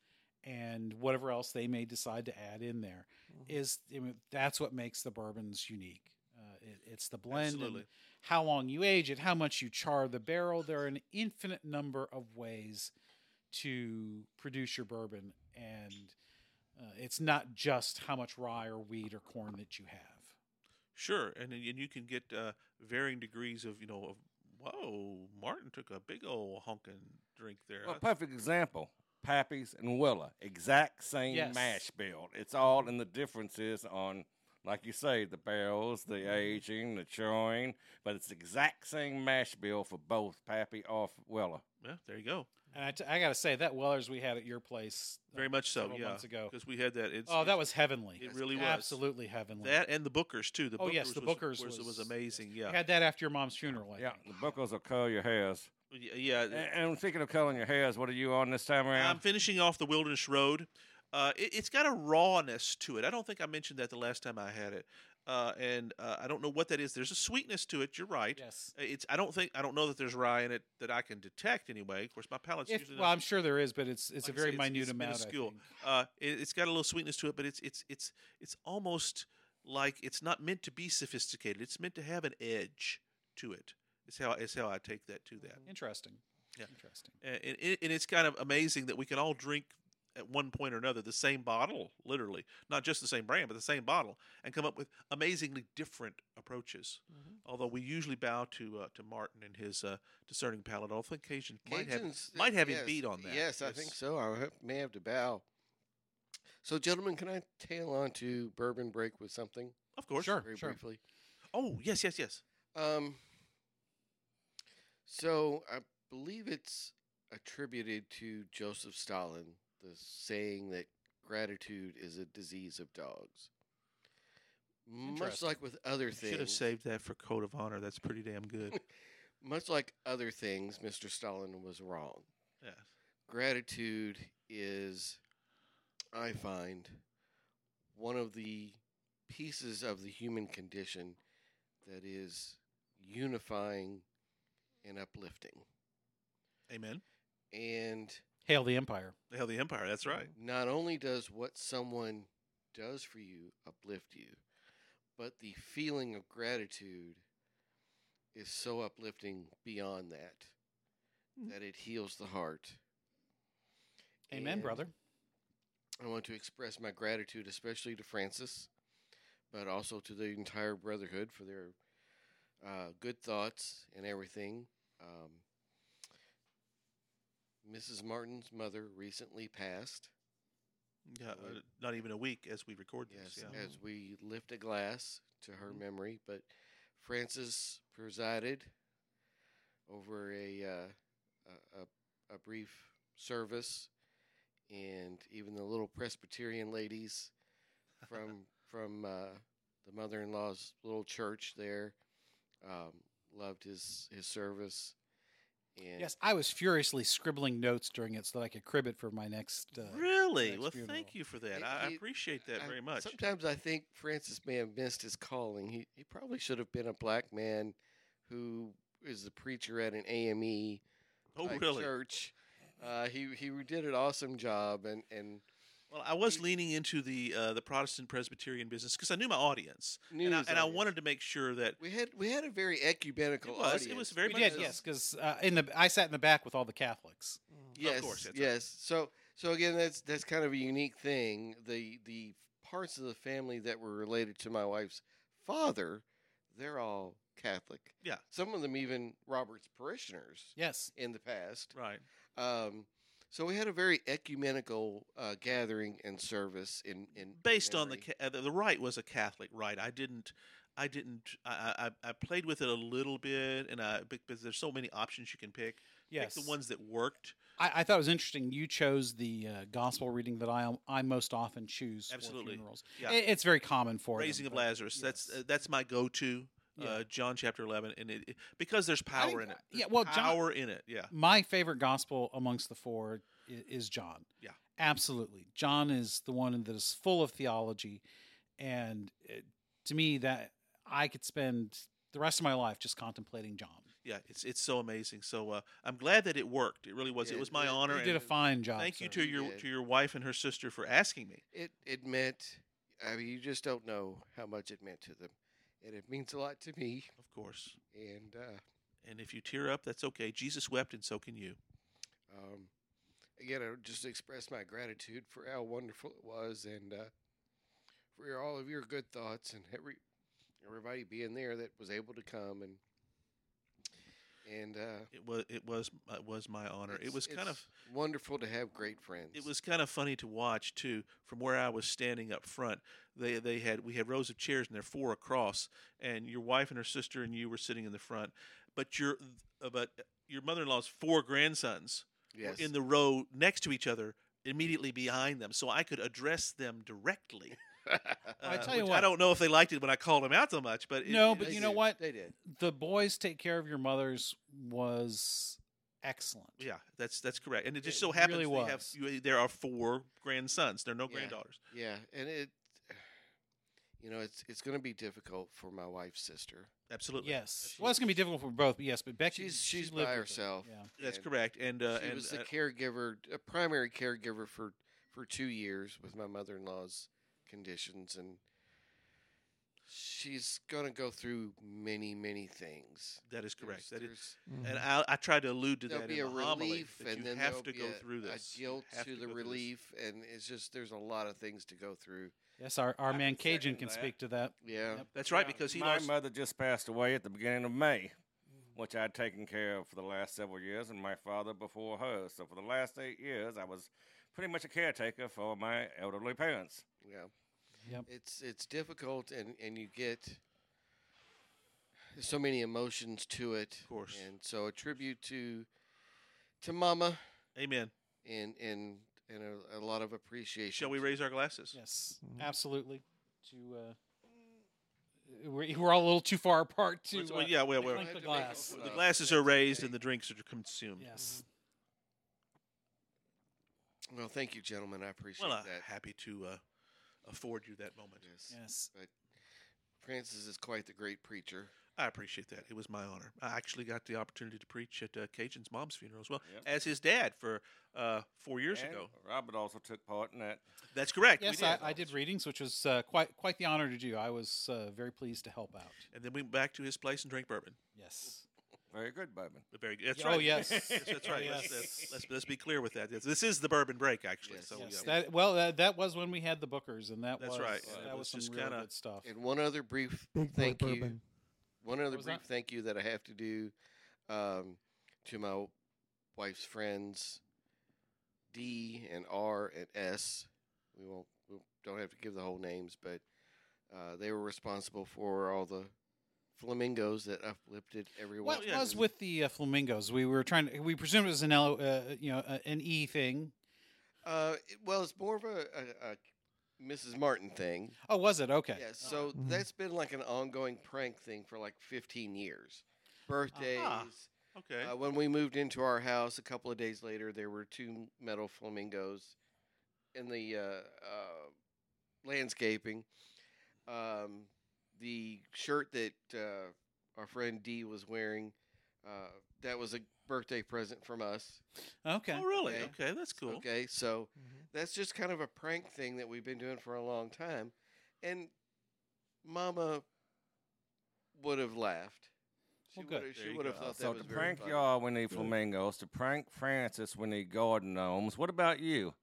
[SPEAKER 1] and whatever else they may decide to add in there
[SPEAKER 5] Mhm.
[SPEAKER 1] is I mean, that's what makes the bourbons unique. Uh, it, it's the blend, and
[SPEAKER 4] Absolutely.
[SPEAKER 1] how long you age it, how much you char the barrel. There are an infinite number of ways to produce your bourbon, and uh, it's not just how much rye or wheat or corn that you have.
[SPEAKER 4] Sure, and then- and you can get uh, varying degrees of you know of whoa, Martin took a big old honkin' drink there.
[SPEAKER 2] Well,
[SPEAKER 4] I-
[SPEAKER 2] perfect example: Pappy's and Willa, exact same
[SPEAKER 1] Yes.
[SPEAKER 2] mash bill. It's all in the differences on, like you say, the barrels, the aging, the chewing, but it's the exact same mash bill for both Pappy or Willa.
[SPEAKER 4] yeah, there you go.
[SPEAKER 1] And I, t- I got to say that Weller's we had at your place uh,
[SPEAKER 4] Very much so.
[SPEAKER 1] several
[SPEAKER 4] yeah,
[SPEAKER 1] months ago.
[SPEAKER 4] because we had that. It's,
[SPEAKER 1] Oh, that
[SPEAKER 4] it's-
[SPEAKER 1] was heavenly.
[SPEAKER 4] it really was
[SPEAKER 1] absolutely heavenly.
[SPEAKER 4] that and the Bookers too. The
[SPEAKER 1] Oh,
[SPEAKER 4] Bookers
[SPEAKER 1] yes, the
[SPEAKER 4] was,
[SPEAKER 1] Booker's
[SPEAKER 4] was,
[SPEAKER 1] was-
[SPEAKER 4] was amazing. Yeah,
[SPEAKER 1] I had that after your mom's funeral. I
[SPEAKER 2] Yeah,
[SPEAKER 1] think.
[SPEAKER 2] the buckles will curl your hairs.
[SPEAKER 4] yeah. yeah
[SPEAKER 2] And, and speaking of curling your hairs, what are you on this time around?
[SPEAKER 4] I'm finishing off the Wilderness Road. Uh, it, it's got a rawness to it. I don't think I mentioned that the last time I had it, uh, and uh, I don't know what that is. There's a sweetness to it. You're right. Uh,
[SPEAKER 1] Yes.
[SPEAKER 4] It's. I don't think. I don't know that there's rye in it that I can detect anyway. Of course, my palate's
[SPEAKER 1] If,
[SPEAKER 4] usually.
[SPEAKER 1] well,
[SPEAKER 4] not-
[SPEAKER 1] I'm sure there is, but it's it's
[SPEAKER 4] like
[SPEAKER 1] a
[SPEAKER 4] I
[SPEAKER 1] very
[SPEAKER 4] say,
[SPEAKER 1] minute
[SPEAKER 4] it's
[SPEAKER 1] amount. I
[SPEAKER 4] minuscule.
[SPEAKER 1] think.
[SPEAKER 4] Uh, it, it's got a little sweetness to it, but it's it's it's it's almost like it's not meant to be sophisticated. It's meant to have an edge to it. Is how is how I take that to that.
[SPEAKER 1] Interesting.
[SPEAKER 4] Yeah.
[SPEAKER 1] Interesting.
[SPEAKER 4] And, and, it- and it's kind of amazing that we can all drink at one point or another the same bottle, literally, not just the same brand, but the same bottle, and come up with amazingly different approaches.
[SPEAKER 5] Mhm.
[SPEAKER 4] Although we usually bow to uh, to Martin and his uh, discerning palate, although I think Cajun might have
[SPEAKER 3] Cajun's- uh,
[SPEAKER 4] might have him
[SPEAKER 3] yes,
[SPEAKER 4] beat on that.
[SPEAKER 3] Yes, I think so. I have- may have to bow. So, gentlemen, can I tail on to bourbon break with something
[SPEAKER 4] Of course.
[SPEAKER 1] Sure.
[SPEAKER 3] very briefly?
[SPEAKER 4] Oh yes, yes, yes.
[SPEAKER 3] Um, so I believe it's attributed to Joseph Stalin, the saying that gratitude is a disease of dogs. Much
[SPEAKER 1] Interesting.
[SPEAKER 3] like with other
[SPEAKER 4] You Should have
[SPEAKER 3] things,
[SPEAKER 4] saved that for code of honor. That's pretty damn good.
[SPEAKER 3] much like other things, Mr. Stalin was wrong.
[SPEAKER 4] yeah.
[SPEAKER 3] gratitude is, I find, one of the pieces of the human condition that is unifying and uplifting.
[SPEAKER 4] Amen.
[SPEAKER 3] And
[SPEAKER 1] Hail the Empire.
[SPEAKER 4] The hell, the empire. That's right.
[SPEAKER 3] not only does what someone does for you uplift you, but the feeling of gratitude is so uplifting beyond that
[SPEAKER 1] Hmm.
[SPEAKER 4] Mm.
[SPEAKER 3] that it heals the heart.
[SPEAKER 1] Amen,
[SPEAKER 3] And-
[SPEAKER 1] brother.
[SPEAKER 3] I want to express my gratitude, especially to Francis, but also to the entire Brotherhood for their uh, good thoughts and everything. Um, Mrs. Martin's mother recently passed,
[SPEAKER 4] Yeah, uh, not even a week as we record this.
[SPEAKER 3] Mm-hmm. Yes,
[SPEAKER 4] yeah.
[SPEAKER 3] as we lift a glass to her memory, but Frances presided over a, uh, a, a a brief service, and even the little Presbyterian ladies from from uh, the mother-in-law's little church there um, loved his his service. And
[SPEAKER 1] Yes, I was furiously scribbling notes during it so that I could crib it for my next. Uh,
[SPEAKER 4] Really?
[SPEAKER 1] next
[SPEAKER 4] Well,
[SPEAKER 1] funeral.
[SPEAKER 4] thank you for that.
[SPEAKER 3] It-
[SPEAKER 4] I I
[SPEAKER 3] it-
[SPEAKER 4] appreciate that
[SPEAKER 3] I-
[SPEAKER 4] very much.
[SPEAKER 3] Sometimes I think Francis may have missed his calling. He he probably should have been a black man who is the preacher at an AME
[SPEAKER 4] Oh,
[SPEAKER 3] type
[SPEAKER 4] really?
[SPEAKER 3] church. Uh, he he did an awesome job, and and
[SPEAKER 4] Well, I was leaning into the uh, the Protestant Presbyterian business because I knew my audience,
[SPEAKER 3] knew
[SPEAKER 4] and I,
[SPEAKER 3] his
[SPEAKER 4] and I
[SPEAKER 3] audience.
[SPEAKER 4] wanted to make sure that
[SPEAKER 3] We had we had a very ecumenical
[SPEAKER 4] It was. It
[SPEAKER 3] audience.
[SPEAKER 4] was very
[SPEAKER 1] we
[SPEAKER 4] much
[SPEAKER 1] did,
[SPEAKER 4] so.
[SPEAKER 1] yes, because uh, in the I sat in the back with all the Catholics.
[SPEAKER 5] Mm.
[SPEAKER 3] yes,
[SPEAKER 4] course, that's right.
[SPEAKER 3] yes. So so again, that's that's kind of a unique thing. The the parts of the family that were related to my wife's father, they're all Catholic.
[SPEAKER 4] Yeah.
[SPEAKER 3] Some of them even Robert's parishioners
[SPEAKER 1] Yes,
[SPEAKER 3] in the past.
[SPEAKER 4] right.
[SPEAKER 3] Um, so we had a very ecumenical uh, gathering and service in in
[SPEAKER 4] based on the
[SPEAKER 3] memory.
[SPEAKER 4] ca- uh, the the right was a Catholic right. I didn't, I didn't, I, I- I, I played with it a little bit, and I because there's so many options you can pick.
[SPEAKER 1] yes.
[SPEAKER 4] Pick the ones that worked.
[SPEAKER 1] I, I thought it was interesting. You chose the uh, gospel reading that I I most often choose
[SPEAKER 4] Absolutely.
[SPEAKER 1] for funerals.
[SPEAKER 4] Yeah.
[SPEAKER 1] It- it's very common for them,
[SPEAKER 4] Raising of
[SPEAKER 1] but
[SPEAKER 4] Lazarus. That's
[SPEAKER 1] yes.
[SPEAKER 4] uh, that's my go-to. Uh,
[SPEAKER 1] Yeah.
[SPEAKER 4] John chapter eleven, and it, it- because there's power
[SPEAKER 1] think-
[SPEAKER 4] in it.
[SPEAKER 1] yeah,
[SPEAKER 4] There's
[SPEAKER 1] well, John-
[SPEAKER 4] power in it. Yeah,
[SPEAKER 1] my favorite gospel amongst the four is, is John.
[SPEAKER 4] Yeah.
[SPEAKER 1] absolutely. John is the one that is full of theology, and it, to me, that I could spend the rest of my life just contemplating John.
[SPEAKER 4] yeah. It's it's so amazing. So uh, I'm glad that it worked. It really was.
[SPEAKER 3] Yeah,
[SPEAKER 4] it was my
[SPEAKER 3] it-
[SPEAKER 4] honor.
[SPEAKER 1] You did a
[SPEAKER 4] and
[SPEAKER 1] fine job.
[SPEAKER 4] Thank you
[SPEAKER 1] sir.
[SPEAKER 4] to
[SPEAKER 3] You
[SPEAKER 4] your
[SPEAKER 3] did.
[SPEAKER 4] to your wife and her sister for asking me.
[SPEAKER 3] it it meant. I mean, you just don't know how much it meant to them, and it means a lot to me.
[SPEAKER 4] Of course.
[SPEAKER 3] And uh,
[SPEAKER 4] And if you tear up, that's okay. Jesus wept, and so can you.
[SPEAKER 3] um, again, I would just express my gratitude for how wonderful it was, and uh, for your, all of your good thoughts and every everybody being there that was able to come and and uh,
[SPEAKER 4] It was it was it was my honor.
[SPEAKER 3] it's-
[SPEAKER 4] it was kind of
[SPEAKER 3] it's wonderful to have great friends.
[SPEAKER 4] It was kind of funny to watch too, from where I was standing up front. They they had we had rows of chairs and they're four across, and your wife and her sister and you were sitting in the front, but your uh, but your mother in law's four grandsons
[SPEAKER 3] yes.
[SPEAKER 4] were in the row next to each other, immediately behind them, so I could address them directly.
[SPEAKER 1] I
[SPEAKER 4] uh,
[SPEAKER 1] tell you
[SPEAKER 4] which
[SPEAKER 1] what.
[SPEAKER 4] I don't know if they liked it when I called them out so much, but it-
[SPEAKER 1] No,
[SPEAKER 4] it-
[SPEAKER 1] but
[SPEAKER 3] They
[SPEAKER 1] you know
[SPEAKER 3] did.
[SPEAKER 1] what?
[SPEAKER 3] They did.
[SPEAKER 1] the boys take care of your mothers was excellent.
[SPEAKER 4] yeah, that's that's correct. And it just
[SPEAKER 1] It
[SPEAKER 4] so happens
[SPEAKER 1] really
[SPEAKER 4] they have
[SPEAKER 1] was.
[SPEAKER 4] you, there are four grandsons. There are no
[SPEAKER 3] Yeah.
[SPEAKER 4] granddaughters.
[SPEAKER 3] Yeah, and it, you know, it's it's going to be difficult for my wife's sister.
[SPEAKER 4] Absolutely.
[SPEAKER 1] Yes.
[SPEAKER 4] Absolutely.
[SPEAKER 1] Well, it's gonna be difficult for both. But yes, but Becky,
[SPEAKER 3] She's-
[SPEAKER 1] she
[SPEAKER 3] she's
[SPEAKER 1] lived
[SPEAKER 3] by
[SPEAKER 1] with it.
[SPEAKER 3] herself.
[SPEAKER 1] Yeah.
[SPEAKER 4] That's
[SPEAKER 3] And
[SPEAKER 4] correct. And uh,
[SPEAKER 3] she
[SPEAKER 4] and,
[SPEAKER 3] was
[SPEAKER 4] uh,
[SPEAKER 3] the caregiver, a primary caregiver for for two years with my mother in law's conditions, and she's going to go through many many things.
[SPEAKER 4] That
[SPEAKER 3] There's-
[SPEAKER 4] is correct. That is,
[SPEAKER 3] there's-
[SPEAKER 5] Mm-hmm.
[SPEAKER 4] and I, I tried to allude to
[SPEAKER 3] there'll
[SPEAKER 4] that
[SPEAKER 3] be
[SPEAKER 4] in
[SPEAKER 3] a
[SPEAKER 4] the homily,
[SPEAKER 3] relief,
[SPEAKER 4] that
[SPEAKER 3] and
[SPEAKER 4] you
[SPEAKER 3] then
[SPEAKER 4] have
[SPEAKER 3] there'll
[SPEAKER 4] to
[SPEAKER 3] be
[SPEAKER 4] go
[SPEAKER 3] a,
[SPEAKER 4] through this.
[SPEAKER 3] A
[SPEAKER 4] You
[SPEAKER 3] guilt
[SPEAKER 4] have
[SPEAKER 3] to
[SPEAKER 4] go
[SPEAKER 3] the
[SPEAKER 4] through this.
[SPEAKER 3] relief, and it's just there's a lot of things to go through.
[SPEAKER 1] Yes, our, our
[SPEAKER 2] I
[SPEAKER 1] man
[SPEAKER 2] can
[SPEAKER 1] Cajun
[SPEAKER 2] second
[SPEAKER 1] can
[SPEAKER 2] that.
[SPEAKER 1] speak to that.
[SPEAKER 3] Yeah,
[SPEAKER 1] Yep.
[SPEAKER 4] That's right,
[SPEAKER 2] Yeah,
[SPEAKER 4] because he
[SPEAKER 2] my
[SPEAKER 4] lost.
[SPEAKER 2] mother just passed away at the beginning of May, which I'd taken care of for the last several years, and my father before her. So for the last eight years, I was pretty much a caretaker for my elderly parents.
[SPEAKER 3] yeah.
[SPEAKER 1] Yep.
[SPEAKER 3] it's it's difficult and and you get there's so many emotions to it
[SPEAKER 4] Of course.
[SPEAKER 3] and so a tribute to to mama
[SPEAKER 4] Amen.
[SPEAKER 3] and and and a, a lot of appreciation
[SPEAKER 4] Shall we
[SPEAKER 3] to-
[SPEAKER 4] raise our glasses?
[SPEAKER 1] Yes,
[SPEAKER 5] Mhm.
[SPEAKER 1] absolutely. To uh, we're, we're all a little too far apart. To
[SPEAKER 4] Let's-
[SPEAKER 1] uh,
[SPEAKER 4] well, yeah, well,
[SPEAKER 3] Don't
[SPEAKER 4] well,
[SPEAKER 1] Clink
[SPEAKER 3] have
[SPEAKER 1] the
[SPEAKER 3] to make
[SPEAKER 1] glass.
[SPEAKER 3] it
[SPEAKER 4] the
[SPEAKER 3] loud.
[SPEAKER 4] glasses
[SPEAKER 3] Uh, That's
[SPEAKER 4] are raised
[SPEAKER 3] okay.
[SPEAKER 4] and the drinks are consumed.
[SPEAKER 1] Yes.
[SPEAKER 3] well thank you gentlemen i appreciate
[SPEAKER 4] Well, I'm
[SPEAKER 3] that
[SPEAKER 4] happy to uh, afford you that moment.
[SPEAKER 3] yes.
[SPEAKER 1] Mm-hmm. Yes.
[SPEAKER 3] francis is quite the great preacher
[SPEAKER 4] I appreciate that. It was my honor. I actually got the opportunity to preach at uh, Cajun's mom's funeral as well
[SPEAKER 2] Yep.
[SPEAKER 4] as his dad for uh, four years
[SPEAKER 2] And
[SPEAKER 4] ago.
[SPEAKER 2] Robert also took part in that.
[SPEAKER 4] That's correct. we
[SPEAKER 1] Yes,
[SPEAKER 4] did.
[SPEAKER 1] I, I did readings, which was uh, quite quite the honor to do. I was uh, very pleased to help out.
[SPEAKER 4] And then we went back to his place and drank bourbon.
[SPEAKER 1] Yes.
[SPEAKER 2] Very good, bourbon.
[SPEAKER 4] The very that's
[SPEAKER 1] Oh,
[SPEAKER 4] right.
[SPEAKER 1] yes.
[SPEAKER 4] Yes, that's right. Let's,
[SPEAKER 1] Yes.
[SPEAKER 4] let's, let's let's be clear with that. This- This is the bourbon break, actually.
[SPEAKER 3] Yes.
[SPEAKER 4] So
[SPEAKER 1] yes.
[SPEAKER 4] yeah.
[SPEAKER 1] That, well, that, that was when we had the Bookers, and that
[SPEAKER 4] That's
[SPEAKER 1] was uh,
[SPEAKER 4] right.
[SPEAKER 1] that
[SPEAKER 4] It
[SPEAKER 1] was,
[SPEAKER 4] was
[SPEAKER 1] some
[SPEAKER 4] just
[SPEAKER 1] really
[SPEAKER 4] kinda-
[SPEAKER 1] good stuff.
[SPEAKER 3] and one other brief
[SPEAKER 5] Mm-hmm. Big boy
[SPEAKER 3] thank you
[SPEAKER 5] bourbon.
[SPEAKER 3] one other
[SPEAKER 1] was
[SPEAKER 3] brief
[SPEAKER 1] that?
[SPEAKER 3] thank you that I have to do um, to my wife's friends, D and R and S, we won't we don't have to give the whole names, but uh, they were responsible for all the flamingos that uplifted everyone.
[SPEAKER 1] What was with the uh, flamingos? We were trying. To, we presumed it was an L, uh, you know, uh, an E thing.
[SPEAKER 3] Uh, it- well, it's more of a, a, a Mrs. Martin thing.
[SPEAKER 1] Oh, was it? Okay. Mm-hmm.
[SPEAKER 3] Yeah, so
[SPEAKER 5] Mhm.
[SPEAKER 3] that's been like an ongoing prank thing for like 15 years. Birthdays.
[SPEAKER 1] Uh-huh.
[SPEAKER 4] Okay. Oh,
[SPEAKER 3] Uh, when we moved into our house a couple of days later, there were two metal flamingos in the uh, uh, landscaping. Um, the shirt that uh, our friend D was wearing, uh, that was a birthday present from us.
[SPEAKER 1] Okay.
[SPEAKER 4] oh, really?
[SPEAKER 3] okay.
[SPEAKER 4] Okay, that's cool.
[SPEAKER 3] Okay, so
[SPEAKER 4] Mm-hmm.
[SPEAKER 5] Mhm.
[SPEAKER 3] that's just kind of a prank thing that we've been doing for a long time. And Mama would have laughed. She
[SPEAKER 1] Well,
[SPEAKER 3] would
[SPEAKER 1] good.
[SPEAKER 3] have,
[SPEAKER 4] There
[SPEAKER 3] she
[SPEAKER 4] you
[SPEAKER 3] would have
[SPEAKER 4] go.
[SPEAKER 3] thought
[SPEAKER 2] Uh, so
[SPEAKER 3] that
[SPEAKER 2] to
[SPEAKER 3] was very
[SPEAKER 2] prank
[SPEAKER 3] funny.
[SPEAKER 2] y'all, we need flamingos. To prank Francis, we need garden gnomes. What about you?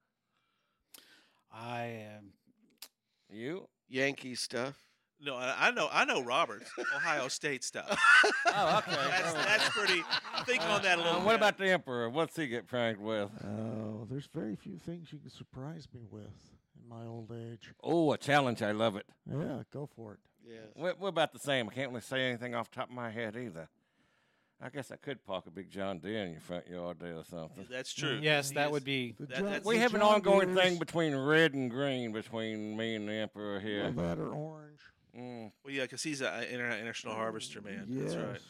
[SPEAKER 1] I um,
[SPEAKER 2] You?
[SPEAKER 3] Yankee stuff.
[SPEAKER 4] No, I, I know, I know Roberts, Ohio State stuff.
[SPEAKER 2] Oh, okay.
[SPEAKER 4] That's, that's pretty. Think on that a little.
[SPEAKER 2] Uh, what
[SPEAKER 4] bit.
[SPEAKER 2] about the emperor? What's he get pranked with?
[SPEAKER 5] Oh, there's very few things you can surprise me with in my old age.
[SPEAKER 2] Oh, a challenge. I love it.
[SPEAKER 5] Yeah, go for it.
[SPEAKER 3] Yeah.
[SPEAKER 2] We're, we're about the same. I can't really say anything off the top of my head either. I guess I could park a big John Deere in your front yard there or something.
[SPEAKER 4] That's true.
[SPEAKER 1] yes,
[SPEAKER 4] He
[SPEAKER 1] that
[SPEAKER 4] is-
[SPEAKER 1] would be.
[SPEAKER 5] The
[SPEAKER 4] That- that's-
[SPEAKER 2] We
[SPEAKER 5] the
[SPEAKER 2] have an
[SPEAKER 5] John
[SPEAKER 2] ongoing
[SPEAKER 5] Deeres-
[SPEAKER 2] thing between red and green between me and the emperor
[SPEAKER 5] Well,
[SPEAKER 2] here.
[SPEAKER 5] that or orange.
[SPEAKER 2] Mm.
[SPEAKER 4] Well, yeah, because he's an international harvester, man. That's right.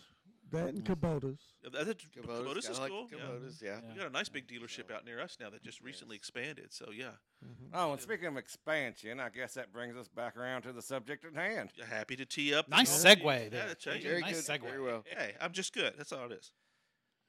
[SPEAKER 5] That and Kubotas.
[SPEAKER 4] Uh, That's a,
[SPEAKER 3] Kubotas,
[SPEAKER 4] Kubotas is
[SPEAKER 3] kinda like
[SPEAKER 4] cool. yeah.
[SPEAKER 3] Kubotas, yeah.
[SPEAKER 1] Yeah.
[SPEAKER 4] We got a nice big dealership out near us now that just recently
[SPEAKER 3] Yes.
[SPEAKER 4] expanded. So yeah,
[SPEAKER 5] Mhm.
[SPEAKER 2] Oh, and speaking of expansion, I guess that brings us back around to the subject at hand.
[SPEAKER 4] Yeah, happy to tee up. the
[SPEAKER 1] Nice
[SPEAKER 4] golf
[SPEAKER 1] segue
[SPEAKER 4] team.
[SPEAKER 1] there.
[SPEAKER 4] Yeah, that's right.
[SPEAKER 1] Very
[SPEAKER 3] Very
[SPEAKER 1] Nice
[SPEAKER 3] good.
[SPEAKER 1] segue.
[SPEAKER 3] Very well.
[SPEAKER 4] Hey, I'm just good. That's all it is.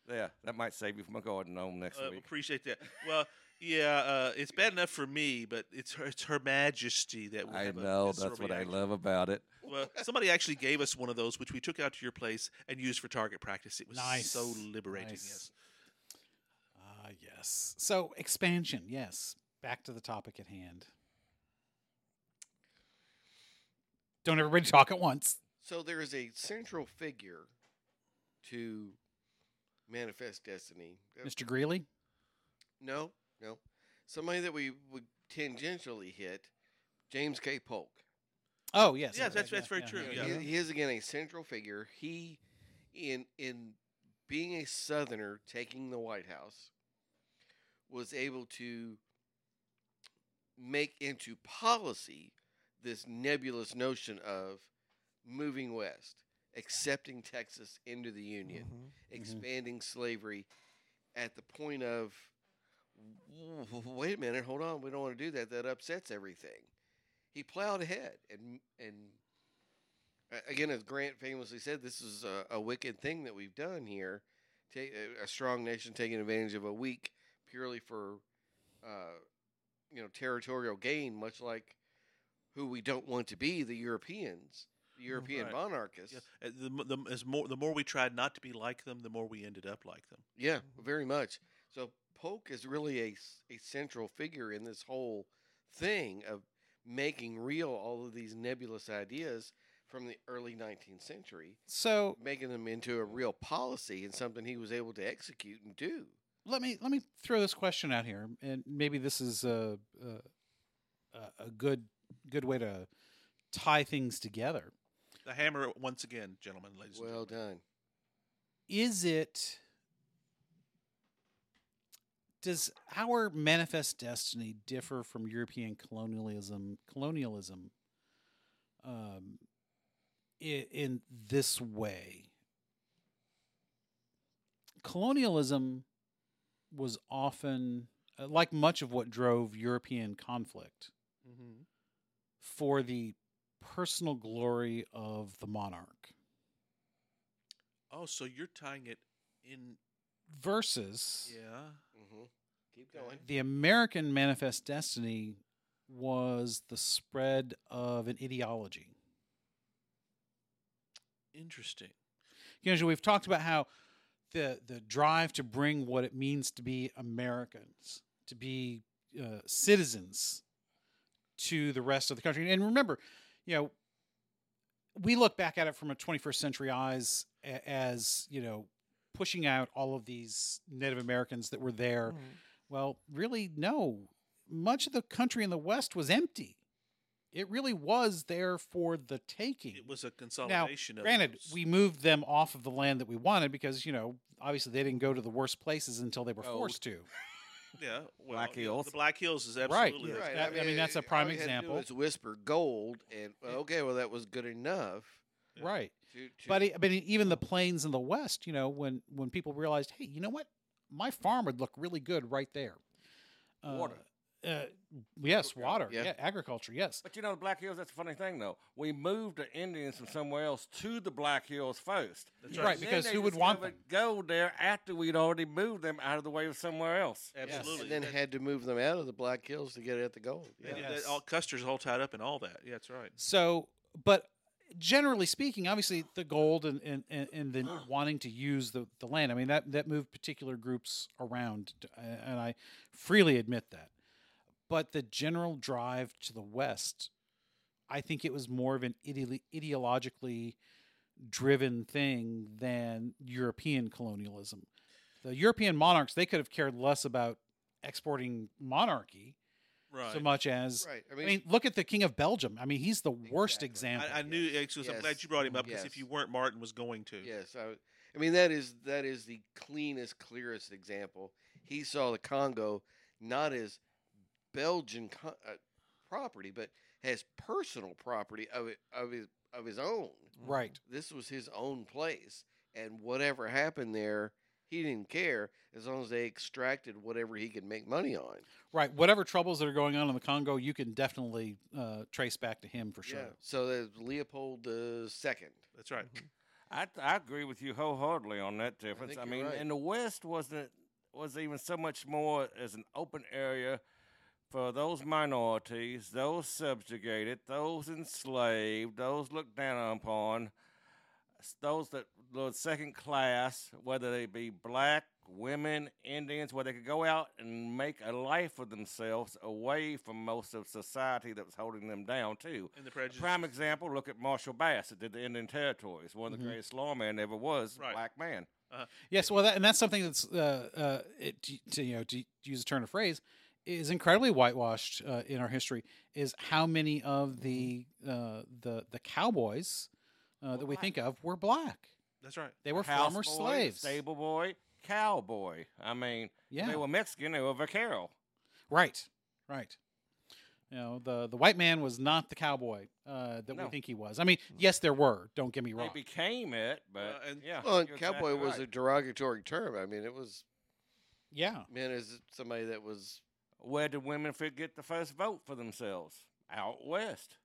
[SPEAKER 2] Yeah, that might save you from a garden gnome next
[SPEAKER 4] Uh,
[SPEAKER 2] week.
[SPEAKER 4] appreciate that. Well, yeah, uh, it's bad enough for me, but it's her, it's Her Majesty that we
[SPEAKER 2] I
[SPEAKER 4] have a
[SPEAKER 2] know,
[SPEAKER 4] visceral
[SPEAKER 2] that's what I
[SPEAKER 4] reaction.
[SPEAKER 2] love about it.
[SPEAKER 4] Well, somebody actually gave us one of those, which we took out to your place and used for target practice. It was
[SPEAKER 1] Nice.
[SPEAKER 4] so liberating.
[SPEAKER 1] Nice.
[SPEAKER 4] Yes.
[SPEAKER 1] Ah, yes. So expansion. Yes. Back to the topic at hand. Don't everybody talk at once.
[SPEAKER 3] So there is a central figure to manifest destiny. Uh,
[SPEAKER 1] Mr. Greeley?
[SPEAKER 3] No, no. Somebody that we would tangentially hit, James K. Polk.
[SPEAKER 1] Oh, yes.
[SPEAKER 4] Yeah,
[SPEAKER 1] okay,
[SPEAKER 4] that's- that's very true,
[SPEAKER 3] You know,
[SPEAKER 4] yeah.
[SPEAKER 3] He, he is again a central figure. He, in in being a Southerner taking the White House, was able to make into policy this nebulous notion of moving west, accepting Texas into the Union
[SPEAKER 5] Mhm.
[SPEAKER 3] expanding slavery at the point of "W- w- wait a minute hold on we don't want to do that that upsets everything he plowed ahead and and a- again as grant famously said this is a, a wicked thing that we've done here Ta a- a strong nation taking advantage of a weak purely for uh, you know territorial gain much like who we don't want to be the europeans the european
[SPEAKER 4] Right.
[SPEAKER 3] monarchists
[SPEAKER 4] Yeah. Uh, The, m- the, m- as more, the more we tried not to be like them, the more we ended up like them.
[SPEAKER 3] Yeah, very much. So Polk is really a, s- a central figure in this whole thing of making real all of these nebulous ideas from the early 19th century,
[SPEAKER 1] So
[SPEAKER 3] making them into a real policy and something he was able to execute and do.
[SPEAKER 1] let me let me throw this question out here, and maybe this is a a, a- a good good way to tie things together.
[SPEAKER 4] The hammer once again, gentlemen, ladies. and
[SPEAKER 3] Well done.
[SPEAKER 1] Is it does our manifest destiny differ from European colonialism colonialism um, in, in this way? Colonialism was often uh, like much of what drove European conflict
[SPEAKER 4] gentlemen.
[SPEAKER 1] for the personal glory of the monarch
[SPEAKER 4] Oh, so you're tying it in?
[SPEAKER 1] versus
[SPEAKER 4] Yeah.
[SPEAKER 3] hmm Keep
[SPEAKER 4] Okay.
[SPEAKER 3] going.
[SPEAKER 1] the American manifest destiny was the spread of an ideology.
[SPEAKER 4] Interesting.
[SPEAKER 1] You know, we've talked about how the the drive to bring what it means to be Americans, to be uh, citizens, to the rest of the country. And remember, you know, we look back at it from a 21st century eyes a- as you know, Mm-hmm. pushing out all of these Native Americans that were there
[SPEAKER 5] Mhm.
[SPEAKER 1] Well, really, no. much of the country in the West was empty. It really was there for the taking.
[SPEAKER 4] It was a consolidation. of
[SPEAKER 1] Granted,
[SPEAKER 4] those.
[SPEAKER 1] we moved them off of the land that we wanted because, you know, obviously they didn't go to the worst places until they were
[SPEAKER 2] Gold.
[SPEAKER 1] forced to.
[SPEAKER 4] yeah, well,
[SPEAKER 2] Black
[SPEAKER 4] yeah,
[SPEAKER 2] Hills.
[SPEAKER 4] The Black Hills is
[SPEAKER 1] Right,
[SPEAKER 4] absolutely
[SPEAKER 1] yeah.
[SPEAKER 4] the-
[SPEAKER 1] That- I mean, that's a
[SPEAKER 3] all
[SPEAKER 1] prime
[SPEAKER 3] you had to do
[SPEAKER 1] example.
[SPEAKER 3] was whisper gold, and okay, well, that was good enough.
[SPEAKER 4] Yeah.
[SPEAKER 1] Right.
[SPEAKER 3] To, to
[SPEAKER 1] But it, but it- even the plains in the West, you know, when when people realized, hey, you know what, my farm would look really good right there.
[SPEAKER 2] Water.
[SPEAKER 1] Uh, uh, yes,
[SPEAKER 3] Okay,
[SPEAKER 1] water.
[SPEAKER 3] yeah.
[SPEAKER 1] Yeah. agriculture. Yes.
[SPEAKER 2] But you know, the Black Hills, that's a funny thing, though. We moved the Indians from somewhere else to the Black Hills first.
[SPEAKER 4] That's
[SPEAKER 1] Right,
[SPEAKER 4] right.
[SPEAKER 2] Then
[SPEAKER 1] because
[SPEAKER 2] they
[SPEAKER 1] who would want
[SPEAKER 2] discovered gold there after we'd already moved them out of the way of somewhere else?
[SPEAKER 3] yes,
[SPEAKER 4] Absolutely.
[SPEAKER 3] and then
[SPEAKER 4] That-
[SPEAKER 3] had to move them out of the Black Hills to get at the gold. Yeah.
[SPEAKER 4] that-
[SPEAKER 1] yeah.
[SPEAKER 4] that-
[SPEAKER 1] Yes.
[SPEAKER 4] all Custer's all tied up and all that. Yeah, that's right.
[SPEAKER 1] So, but generally speaking, obviously the gold and and, and, and then wanting to use the, the land. I mean that that moved particular groups around, uh, and I freely admit that. But the general drive to the west, I think it was more of an ide- ideologically driven thing than European colonialism. The European monarchs they could have cared less about exporting monarchy
[SPEAKER 4] Right.
[SPEAKER 1] so much as
[SPEAKER 3] Right. I
[SPEAKER 1] I
[SPEAKER 3] mean,
[SPEAKER 1] mean, look at the King of Belgium. I mean, he's the worst
[SPEAKER 3] Exactly.
[SPEAKER 1] example.
[SPEAKER 4] I, I knew. Actually, I'm glad
[SPEAKER 3] Yes.
[SPEAKER 4] you brought him up because
[SPEAKER 3] Yes.
[SPEAKER 4] if you weren't, Martin was going to.
[SPEAKER 3] yes, I, would- I mean that is that is the cleanest, clearest example. He saw the Congo not as Belgian co- uh, property, but as personal property of it, of his of his own.
[SPEAKER 1] right.
[SPEAKER 3] This was his own place, and whatever happened there, he didn't care as long as they extracted whatever he could make money on.
[SPEAKER 1] Right. Whatever troubles that are going on in the Congo, you can definitely uh, trace back to him for sure.
[SPEAKER 3] Yeah. So that's Leopold the second.
[SPEAKER 4] That's right.
[SPEAKER 1] Mm-hmm.
[SPEAKER 2] I, I agree with you wholeheartedly on that difference.
[SPEAKER 3] think
[SPEAKER 2] I,
[SPEAKER 3] you're
[SPEAKER 2] mean,
[SPEAKER 3] right.
[SPEAKER 2] in the West wasn't was even so much more as an open area for those minorities, those subjugated, those enslaved, those looked down upon, s- those that were second class, whether they be black, women, Indians, where they could go out and make a life for themselves away from most of society that was holding them down too.
[SPEAKER 4] And the prejudice.
[SPEAKER 2] Prime example, look at Marshall Bass that did the Indian Territories, one of the
[SPEAKER 1] Mhm.
[SPEAKER 2] greatest lawmen ever was,
[SPEAKER 4] Right.
[SPEAKER 2] black man.
[SPEAKER 1] Yes. Well, that, and that's something that's uh, uh, it, to, to, you know to, to use a turn of phrase is incredibly whitewashed uh, in our history. Is how many of the uh, the the cowboys uh, that we
[SPEAKER 2] black.
[SPEAKER 1] think of were black?
[SPEAKER 4] That's right.
[SPEAKER 1] They were
[SPEAKER 2] Houseboy,
[SPEAKER 1] former slaves.
[SPEAKER 2] stable boy, cowboy. I mean,
[SPEAKER 1] yeah.
[SPEAKER 2] they were Mexican, they were vaquero.
[SPEAKER 1] Right, right. You know, the the white man was not the cowboy uh, that
[SPEAKER 2] No.
[SPEAKER 1] we think he was. I mean, yes, there were. Don't get me
[SPEAKER 2] They
[SPEAKER 1] wrong.
[SPEAKER 2] became it, but
[SPEAKER 4] Uh, and-
[SPEAKER 2] yeah.
[SPEAKER 3] Well, and
[SPEAKER 2] you're
[SPEAKER 3] cowboy
[SPEAKER 2] exactly
[SPEAKER 3] was a
[SPEAKER 2] right.
[SPEAKER 3] derogatory term. I mean, it was
[SPEAKER 1] Yeah,
[SPEAKER 3] meant as somebody that was
[SPEAKER 2] Where did women fit get the first vote for themselves? Out west.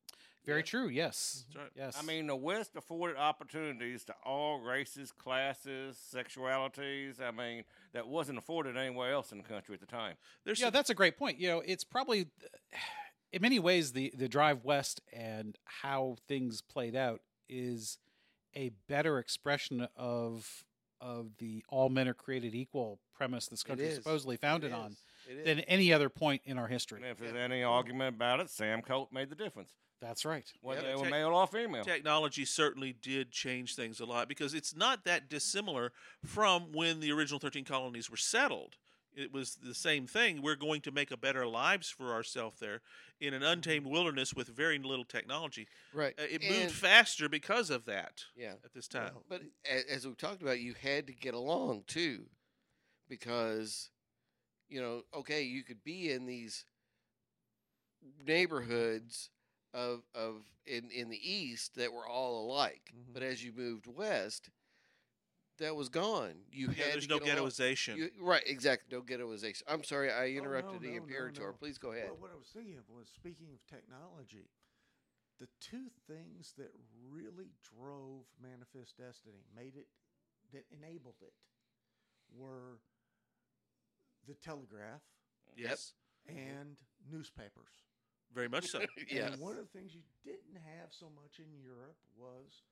[SPEAKER 1] very
[SPEAKER 4] Yeah. Mm-hmm.
[SPEAKER 1] true. Yes,
[SPEAKER 4] That's right.
[SPEAKER 1] yes.
[SPEAKER 2] I mean, the West afforded opportunities to all races, classes, sexualities. I mean, that wasn't afforded anywhere else in the country at the time.
[SPEAKER 4] There's
[SPEAKER 1] yeah,
[SPEAKER 4] some-
[SPEAKER 1] that's a great point. You know, it's probably in many ways the the drive west and how things played out is a better expression of of the all men are created equal premise this country
[SPEAKER 3] is.
[SPEAKER 1] supposedly
[SPEAKER 3] it
[SPEAKER 1] founded
[SPEAKER 3] is.
[SPEAKER 1] on
[SPEAKER 3] It is.
[SPEAKER 1] than any other point in our
[SPEAKER 2] And
[SPEAKER 1] history.
[SPEAKER 2] if there's any argument about it, Sam Colt made the difference.
[SPEAKER 1] That's right.
[SPEAKER 2] whether
[SPEAKER 4] Yeah,
[SPEAKER 2] they were
[SPEAKER 4] tech-
[SPEAKER 2] male or female.
[SPEAKER 4] technology certainly did change things a lot because it's not that dissimilar from when the original 13 colonies were settled. It was the same thing. We're going to make a better lives for ourselves there in an untamed wilderness with very little technology.
[SPEAKER 3] right.
[SPEAKER 4] Uh, it
[SPEAKER 3] Mm-hmm. And-
[SPEAKER 4] moved faster because of that
[SPEAKER 3] Yeah.
[SPEAKER 4] at this time.
[SPEAKER 5] Well,
[SPEAKER 3] But a- as we talked about, you had to get along too, because, you know, okay, you could be in these neighborhoods of of in in the east that were all alike,
[SPEAKER 5] Mhm.
[SPEAKER 3] but as you moved west, that was gone. You
[SPEAKER 4] Yeah,
[SPEAKER 3] had
[SPEAKER 4] there's
[SPEAKER 3] to
[SPEAKER 4] no
[SPEAKER 3] get along.
[SPEAKER 4] ghettoization.
[SPEAKER 3] You, right, exactly. No ghettoization. I'm sorry, I interrupted the
[SPEAKER 5] Oh, no, no,
[SPEAKER 3] Imperator.
[SPEAKER 5] no.
[SPEAKER 3] Please go ahead.
[SPEAKER 5] what I was thinking of was speaking of technology, the two things that really drove Manifest Destiny, made it, that enabled it, were the telegraph
[SPEAKER 4] yes,
[SPEAKER 5] and newspapers.
[SPEAKER 4] very much so.
[SPEAKER 3] yes.
[SPEAKER 5] And one of the things you didn't have so much in Europe was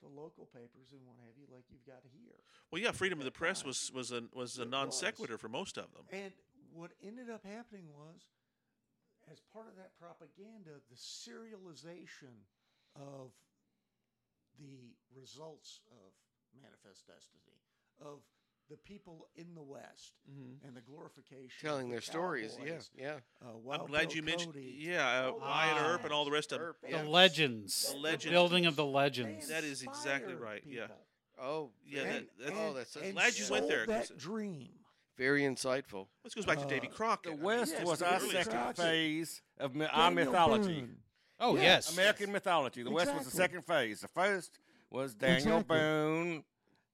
[SPEAKER 5] the local papers and what have you, like you've got here.
[SPEAKER 4] Well, yeah, freedom of the press
[SPEAKER 5] Yeah.
[SPEAKER 4] was was a was a
[SPEAKER 5] It
[SPEAKER 4] non
[SPEAKER 5] was.
[SPEAKER 4] sequitur for most of them.
[SPEAKER 5] And what ended up happening was, as part of that propaganda, the serialization of the results of Manifest Destiny, of the people in the West
[SPEAKER 4] Mhm.
[SPEAKER 5] and the glorification, of
[SPEAKER 3] telling
[SPEAKER 5] the
[SPEAKER 3] their stories. Yeah,
[SPEAKER 5] cowboys.
[SPEAKER 3] yeah.
[SPEAKER 5] Uh,
[SPEAKER 4] I'm
[SPEAKER 5] Wild
[SPEAKER 4] glad
[SPEAKER 5] Bill
[SPEAKER 4] you mentioned.
[SPEAKER 5] Cody.
[SPEAKER 4] Yeah, uh,
[SPEAKER 5] Oh,
[SPEAKER 4] Wyatt
[SPEAKER 5] wow.
[SPEAKER 4] Earp and all the rest of them.
[SPEAKER 3] Earp,
[SPEAKER 1] The
[SPEAKER 3] yeah.
[SPEAKER 1] legends.
[SPEAKER 4] The
[SPEAKER 1] The
[SPEAKER 4] legends.
[SPEAKER 1] building of the
[SPEAKER 5] They
[SPEAKER 1] legends.
[SPEAKER 4] That is exactly
[SPEAKER 5] inspired
[SPEAKER 4] right, yeah.
[SPEAKER 5] people.
[SPEAKER 3] Oh,
[SPEAKER 4] Yeah,
[SPEAKER 3] very-
[SPEAKER 4] that,
[SPEAKER 5] And-
[SPEAKER 4] that's,
[SPEAKER 3] oh,
[SPEAKER 5] and-
[SPEAKER 3] that's such-
[SPEAKER 5] and
[SPEAKER 4] Glad you went
[SPEAKER 5] sold
[SPEAKER 4] there, 'cause
[SPEAKER 5] That
[SPEAKER 4] it-
[SPEAKER 5] dream.
[SPEAKER 3] very insightful.
[SPEAKER 4] This goes back to Davy
[SPEAKER 5] Uh,
[SPEAKER 4] Crockett.
[SPEAKER 2] The
[SPEAKER 4] I mean,
[SPEAKER 2] West
[SPEAKER 5] yes,
[SPEAKER 2] was
[SPEAKER 5] the
[SPEAKER 2] our
[SPEAKER 5] early
[SPEAKER 2] second
[SPEAKER 5] Crockett.
[SPEAKER 2] phase of mi-
[SPEAKER 4] Ah,
[SPEAKER 2] our
[SPEAKER 5] Daniel
[SPEAKER 2] mythology.
[SPEAKER 5] Boone.
[SPEAKER 1] Oh
[SPEAKER 5] Yeah.
[SPEAKER 1] yes.
[SPEAKER 2] American mythology. The West was the
[SPEAKER 5] Exactly.
[SPEAKER 2] second phase. The first was Daniel
[SPEAKER 5] Exactly.
[SPEAKER 2] Boone,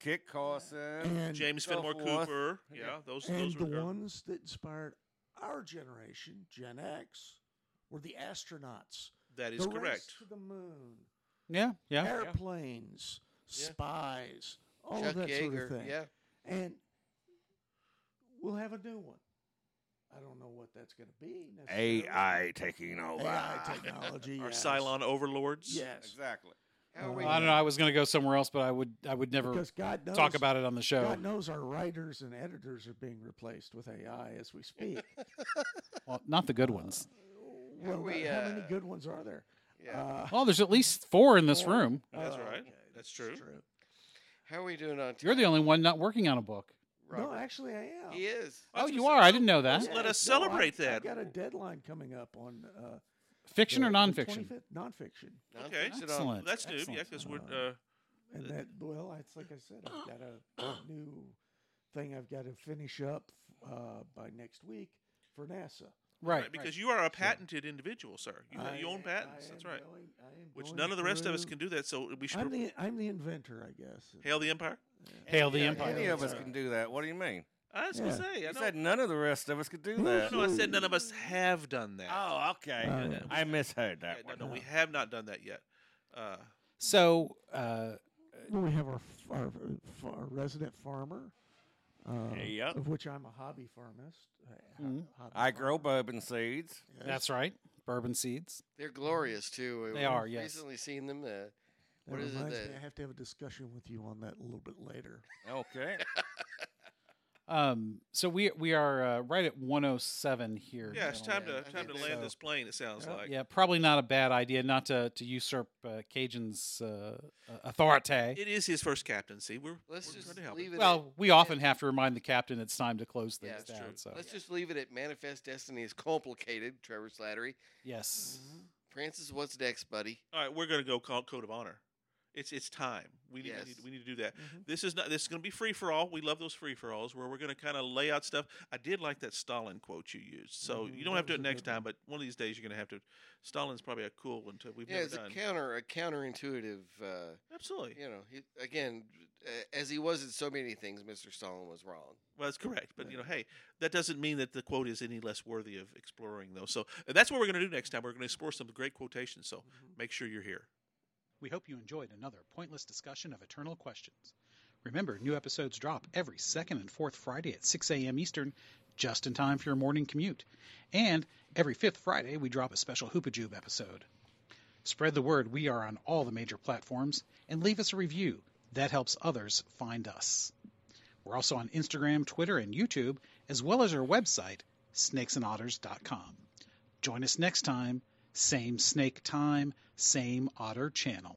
[SPEAKER 2] Kit Carson.
[SPEAKER 5] And,
[SPEAKER 4] James
[SPEAKER 2] so
[SPEAKER 4] Fenimore
[SPEAKER 2] forth.
[SPEAKER 4] Cooper.
[SPEAKER 2] Yeah.
[SPEAKER 4] Yeah, those
[SPEAKER 5] and
[SPEAKER 4] those
[SPEAKER 5] the
[SPEAKER 4] were good.
[SPEAKER 5] ones that inspired our generation, Gen X, were the astronauts.
[SPEAKER 4] That is
[SPEAKER 5] the Race
[SPEAKER 4] correct.
[SPEAKER 5] to the moon,
[SPEAKER 1] Yeah. Yeah.
[SPEAKER 5] airplanes,
[SPEAKER 3] Yeah.
[SPEAKER 5] spies, all
[SPEAKER 3] Chuck
[SPEAKER 5] of that
[SPEAKER 3] Yeager.
[SPEAKER 5] sort of thing.
[SPEAKER 3] Yeah.
[SPEAKER 5] And we'll have a new one. I don't know what that's going to be. necessarily.
[SPEAKER 2] AI taking over.
[SPEAKER 5] AI technology.
[SPEAKER 4] Our
[SPEAKER 5] yes.
[SPEAKER 4] Cylon overlords.
[SPEAKER 5] Yes.
[SPEAKER 2] Exactly.
[SPEAKER 3] How are
[SPEAKER 5] Uh,
[SPEAKER 3] we?
[SPEAKER 1] I don't know. I was going to go somewhere else, but I would. I would never
[SPEAKER 5] Because God knows,
[SPEAKER 1] talk about it on the show.
[SPEAKER 5] God knows our writers and editors are being replaced with AI as we speak.
[SPEAKER 1] Well, not the good ones.
[SPEAKER 5] well,
[SPEAKER 3] Are we,
[SPEAKER 5] how many
[SPEAKER 3] uh,
[SPEAKER 5] good ones are there?
[SPEAKER 3] yeah.
[SPEAKER 5] Uh,
[SPEAKER 1] Well, there's at least four in this
[SPEAKER 5] Four.
[SPEAKER 1] room.
[SPEAKER 4] That's
[SPEAKER 5] uh,
[SPEAKER 4] right.
[SPEAKER 5] okay,
[SPEAKER 4] Oh, That's true.
[SPEAKER 3] How are we doing on time?
[SPEAKER 1] You're the only one not working on a book.
[SPEAKER 5] No,
[SPEAKER 3] Robert?
[SPEAKER 5] actually, I am.
[SPEAKER 3] He is.
[SPEAKER 4] I
[SPEAKER 1] Oh,
[SPEAKER 4] was
[SPEAKER 1] you
[SPEAKER 4] gonna
[SPEAKER 1] are.
[SPEAKER 4] say,
[SPEAKER 1] I didn't know that.
[SPEAKER 4] Let us
[SPEAKER 5] no, I-
[SPEAKER 4] celebrate
[SPEAKER 5] I,
[SPEAKER 4] that.
[SPEAKER 5] got a deadline coming up on uh,
[SPEAKER 1] Fiction
[SPEAKER 5] the-
[SPEAKER 1] or
[SPEAKER 5] the
[SPEAKER 1] nonfiction?
[SPEAKER 5] 25th nonfiction,
[SPEAKER 4] Okay.
[SPEAKER 3] Nonfiction on-
[SPEAKER 1] Excellent.
[SPEAKER 4] That's new.
[SPEAKER 1] Excellent.
[SPEAKER 4] Yeah, because we're.
[SPEAKER 5] Uh,
[SPEAKER 4] Uh,
[SPEAKER 5] and that well, it's like I said, I've got a, new thing I've got to finish up uh, by next week for NASA.
[SPEAKER 1] Right.
[SPEAKER 4] right, because you are a patented individual, sir. You,
[SPEAKER 5] I-
[SPEAKER 4] you own patents.
[SPEAKER 5] I
[SPEAKER 4] That's
[SPEAKER 5] am
[SPEAKER 4] right.
[SPEAKER 5] going- I am
[SPEAKER 4] Which
[SPEAKER 5] going
[SPEAKER 4] none of the rest of us
[SPEAKER 5] through-
[SPEAKER 4] can do that. So we should
[SPEAKER 5] I'm the I'm the inventor, I guess.
[SPEAKER 4] hail the empire.
[SPEAKER 1] Hail the
[SPEAKER 2] Yeah,
[SPEAKER 1] Empire.
[SPEAKER 2] Any of us
[SPEAKER 5] Sorry.
[SPEAKER 2] can do that. What do you mean?
[SPEAKER 4] I was gonna
[SPEAKER 5] Yeah.
[SPEAKER 4] say. I
[SPEAKER 2] You
[SPEAKER 4] know-
[SPEAKER 2] said none of the rest of us could do
[SPEAKER 5] No,
[SPEAKER 2] that.
[SPEAKER 4] no, I said none of us have done that.
[SPEAKER 2] Oh, okay.
[SPEAKER 5] Uh,
[SPEAKER 2] I misheard
[SPEAKER 4] Yeah,
[SPEAKER 2] that one.
[SPEAKER 4] no, no, we have not done that yet. Uh,
[SPEAKER 1] So, uh,
[SPEAKER 5] Well, we have our f- our, f- our resident farmer, uh,
[SPEAKER 2] Yep.
[SPEAKER 5] of which I'm a hobby farmist. uh,
[SPEAKER 3] Mm-hmm.
[SPEAKER 5] ho-
[SPEAKER 1] Mhm.
[SPEAKER 5] hobby
[SPEAKER 2] I grow
[SPEAKER 5] farmer,
[SPEAKER 2] bourbon seeds.
[SPEAKER 5] yes.
[SPEAKER 1] that's right. Bourbon seeds.
[SPEAKER 3] They're glorious too. We-
[SPEAKER 1] They
[SPEAKER 3] we've
[SPEAKER 1] are, yes.
[SPEAKER 3] Recently seen them. Uh,
[SPEAKER 5] That
[SPEAKER 3] what is it
[SPEAKER 5] reminds
[SPEAKER 3] that-
[SPEAKER 5] Me, I have to have a discussion with you on that a little bit later.
[SPEAKER 2] Okay.
[SPEAKER 1] Um, so we we are uh, right at 107 here.
[SPEAKER 4] yeah, it's time
[SPEAKER 1] gentlemen.
[SPEAKER 4] to
[SPEAKER 3] I
[SPEAKER 4] time to
[SPEAKER 3] think
[SPEAKER 4] land
[SPEAKER 1] so.
[SPEAKER 4] this plane. It sounds
[SPEAKER 5] Yeah.
[SPEAKER 4] like.
[SPEAKER 1] Yeah, probably not a bad idea not to to usurp uh, Cajun's uh, uh, authority.
[SPEAKER 4] It is his first captaincy. We're
[SPEAKER 3] let's
[SPEAKER 4] we're
[SPEAKER 3] just
[SPEAKER 4] trying to help
[SPEAKER 3] leave
[SPEAKER 4] him.
[SPEAKER 3] it. at-
[SPEAKER 1] Well, we often have to remind the captain it's time to close
[SPEAKER 3] Yeah,
[SPEAKER 1] things
[SPEAKER 3] that's
[SPEAKER 1] down.
[SPEAKER 4] true.
[SPEAKER 1] So
[SPEAKER 3] let's just leave it at manifest destiny is complicated. Trevor Slattery.
[SPEAKER 1] yes,
[SPEAKER 2] Mm-hmm.
[SPEAKER 3] Francis, what's next, buddy?
[SPEAKER 4] All right, we're going to go call code of honor. It's it's time. We need,
[SPEAKER 3] Yes.
[SPEAKER 4] we need we need to do that.
[SPEAKER 2] Mm-hmm.
[SPEAKER 5] Mhm.
[SPEAKER 4] This is not this is going to be free for all. We love those free for alls where we're going to kind of lay out stuff. I did like that Stalin quote you used. So
[SPEAKER 5] Mhm,
[SPEAKER 4] you don't
[SPEAKER 5] that
[SPEAKER 4] have to
[SPEAKER 5] was
[SPEAKER 4] do it
[SPEAKER 5] a
[SPEAKER 4] next
[SPEAKER 5] good one.
[SPEAKER 4] time, but one of these days you're going to have to. Stalin's probably a cool one too. We've
[SPEAKER 3] Yeah,
[SPEAKER 4] never
[SPEAKER 3] it's
[SPEAKER 4] done.
[SPEAKER 3] a counter a counterintuitive. Uh,
[SPEAKER 4] Absolutely.
[SPEAKER 3] you know, he, again, uh, as he was in so many things, Mr. Stalin was wrong.
[SPEAKER 4] Well, that's correct. But, you know, hey, that doesn't mean that the quote is any less worthy of exploring, though. So uh, that's what we're going to do next time. We're going to explore some great quotations. So
[SPEAKER 5] Mm-hmm.
[SPEAKER 4] make sure you're here.
[SPEAKER 1] we hope you enjoyed another pointless discussion of eternal questions. Remember, new episodes drop every second and fourth Friday at 6 a.m. Eastern, just in time for your morning commute. And every fifth Friday, we drop a special Hoopajube episode. Spread the word we are on all the major platforms and leave us a review. That helps others find us. We're also on Instagram, Twitter, and YouTube, as well as our website, snakesandotters.com. Join us next time, same snake time, same otter channel.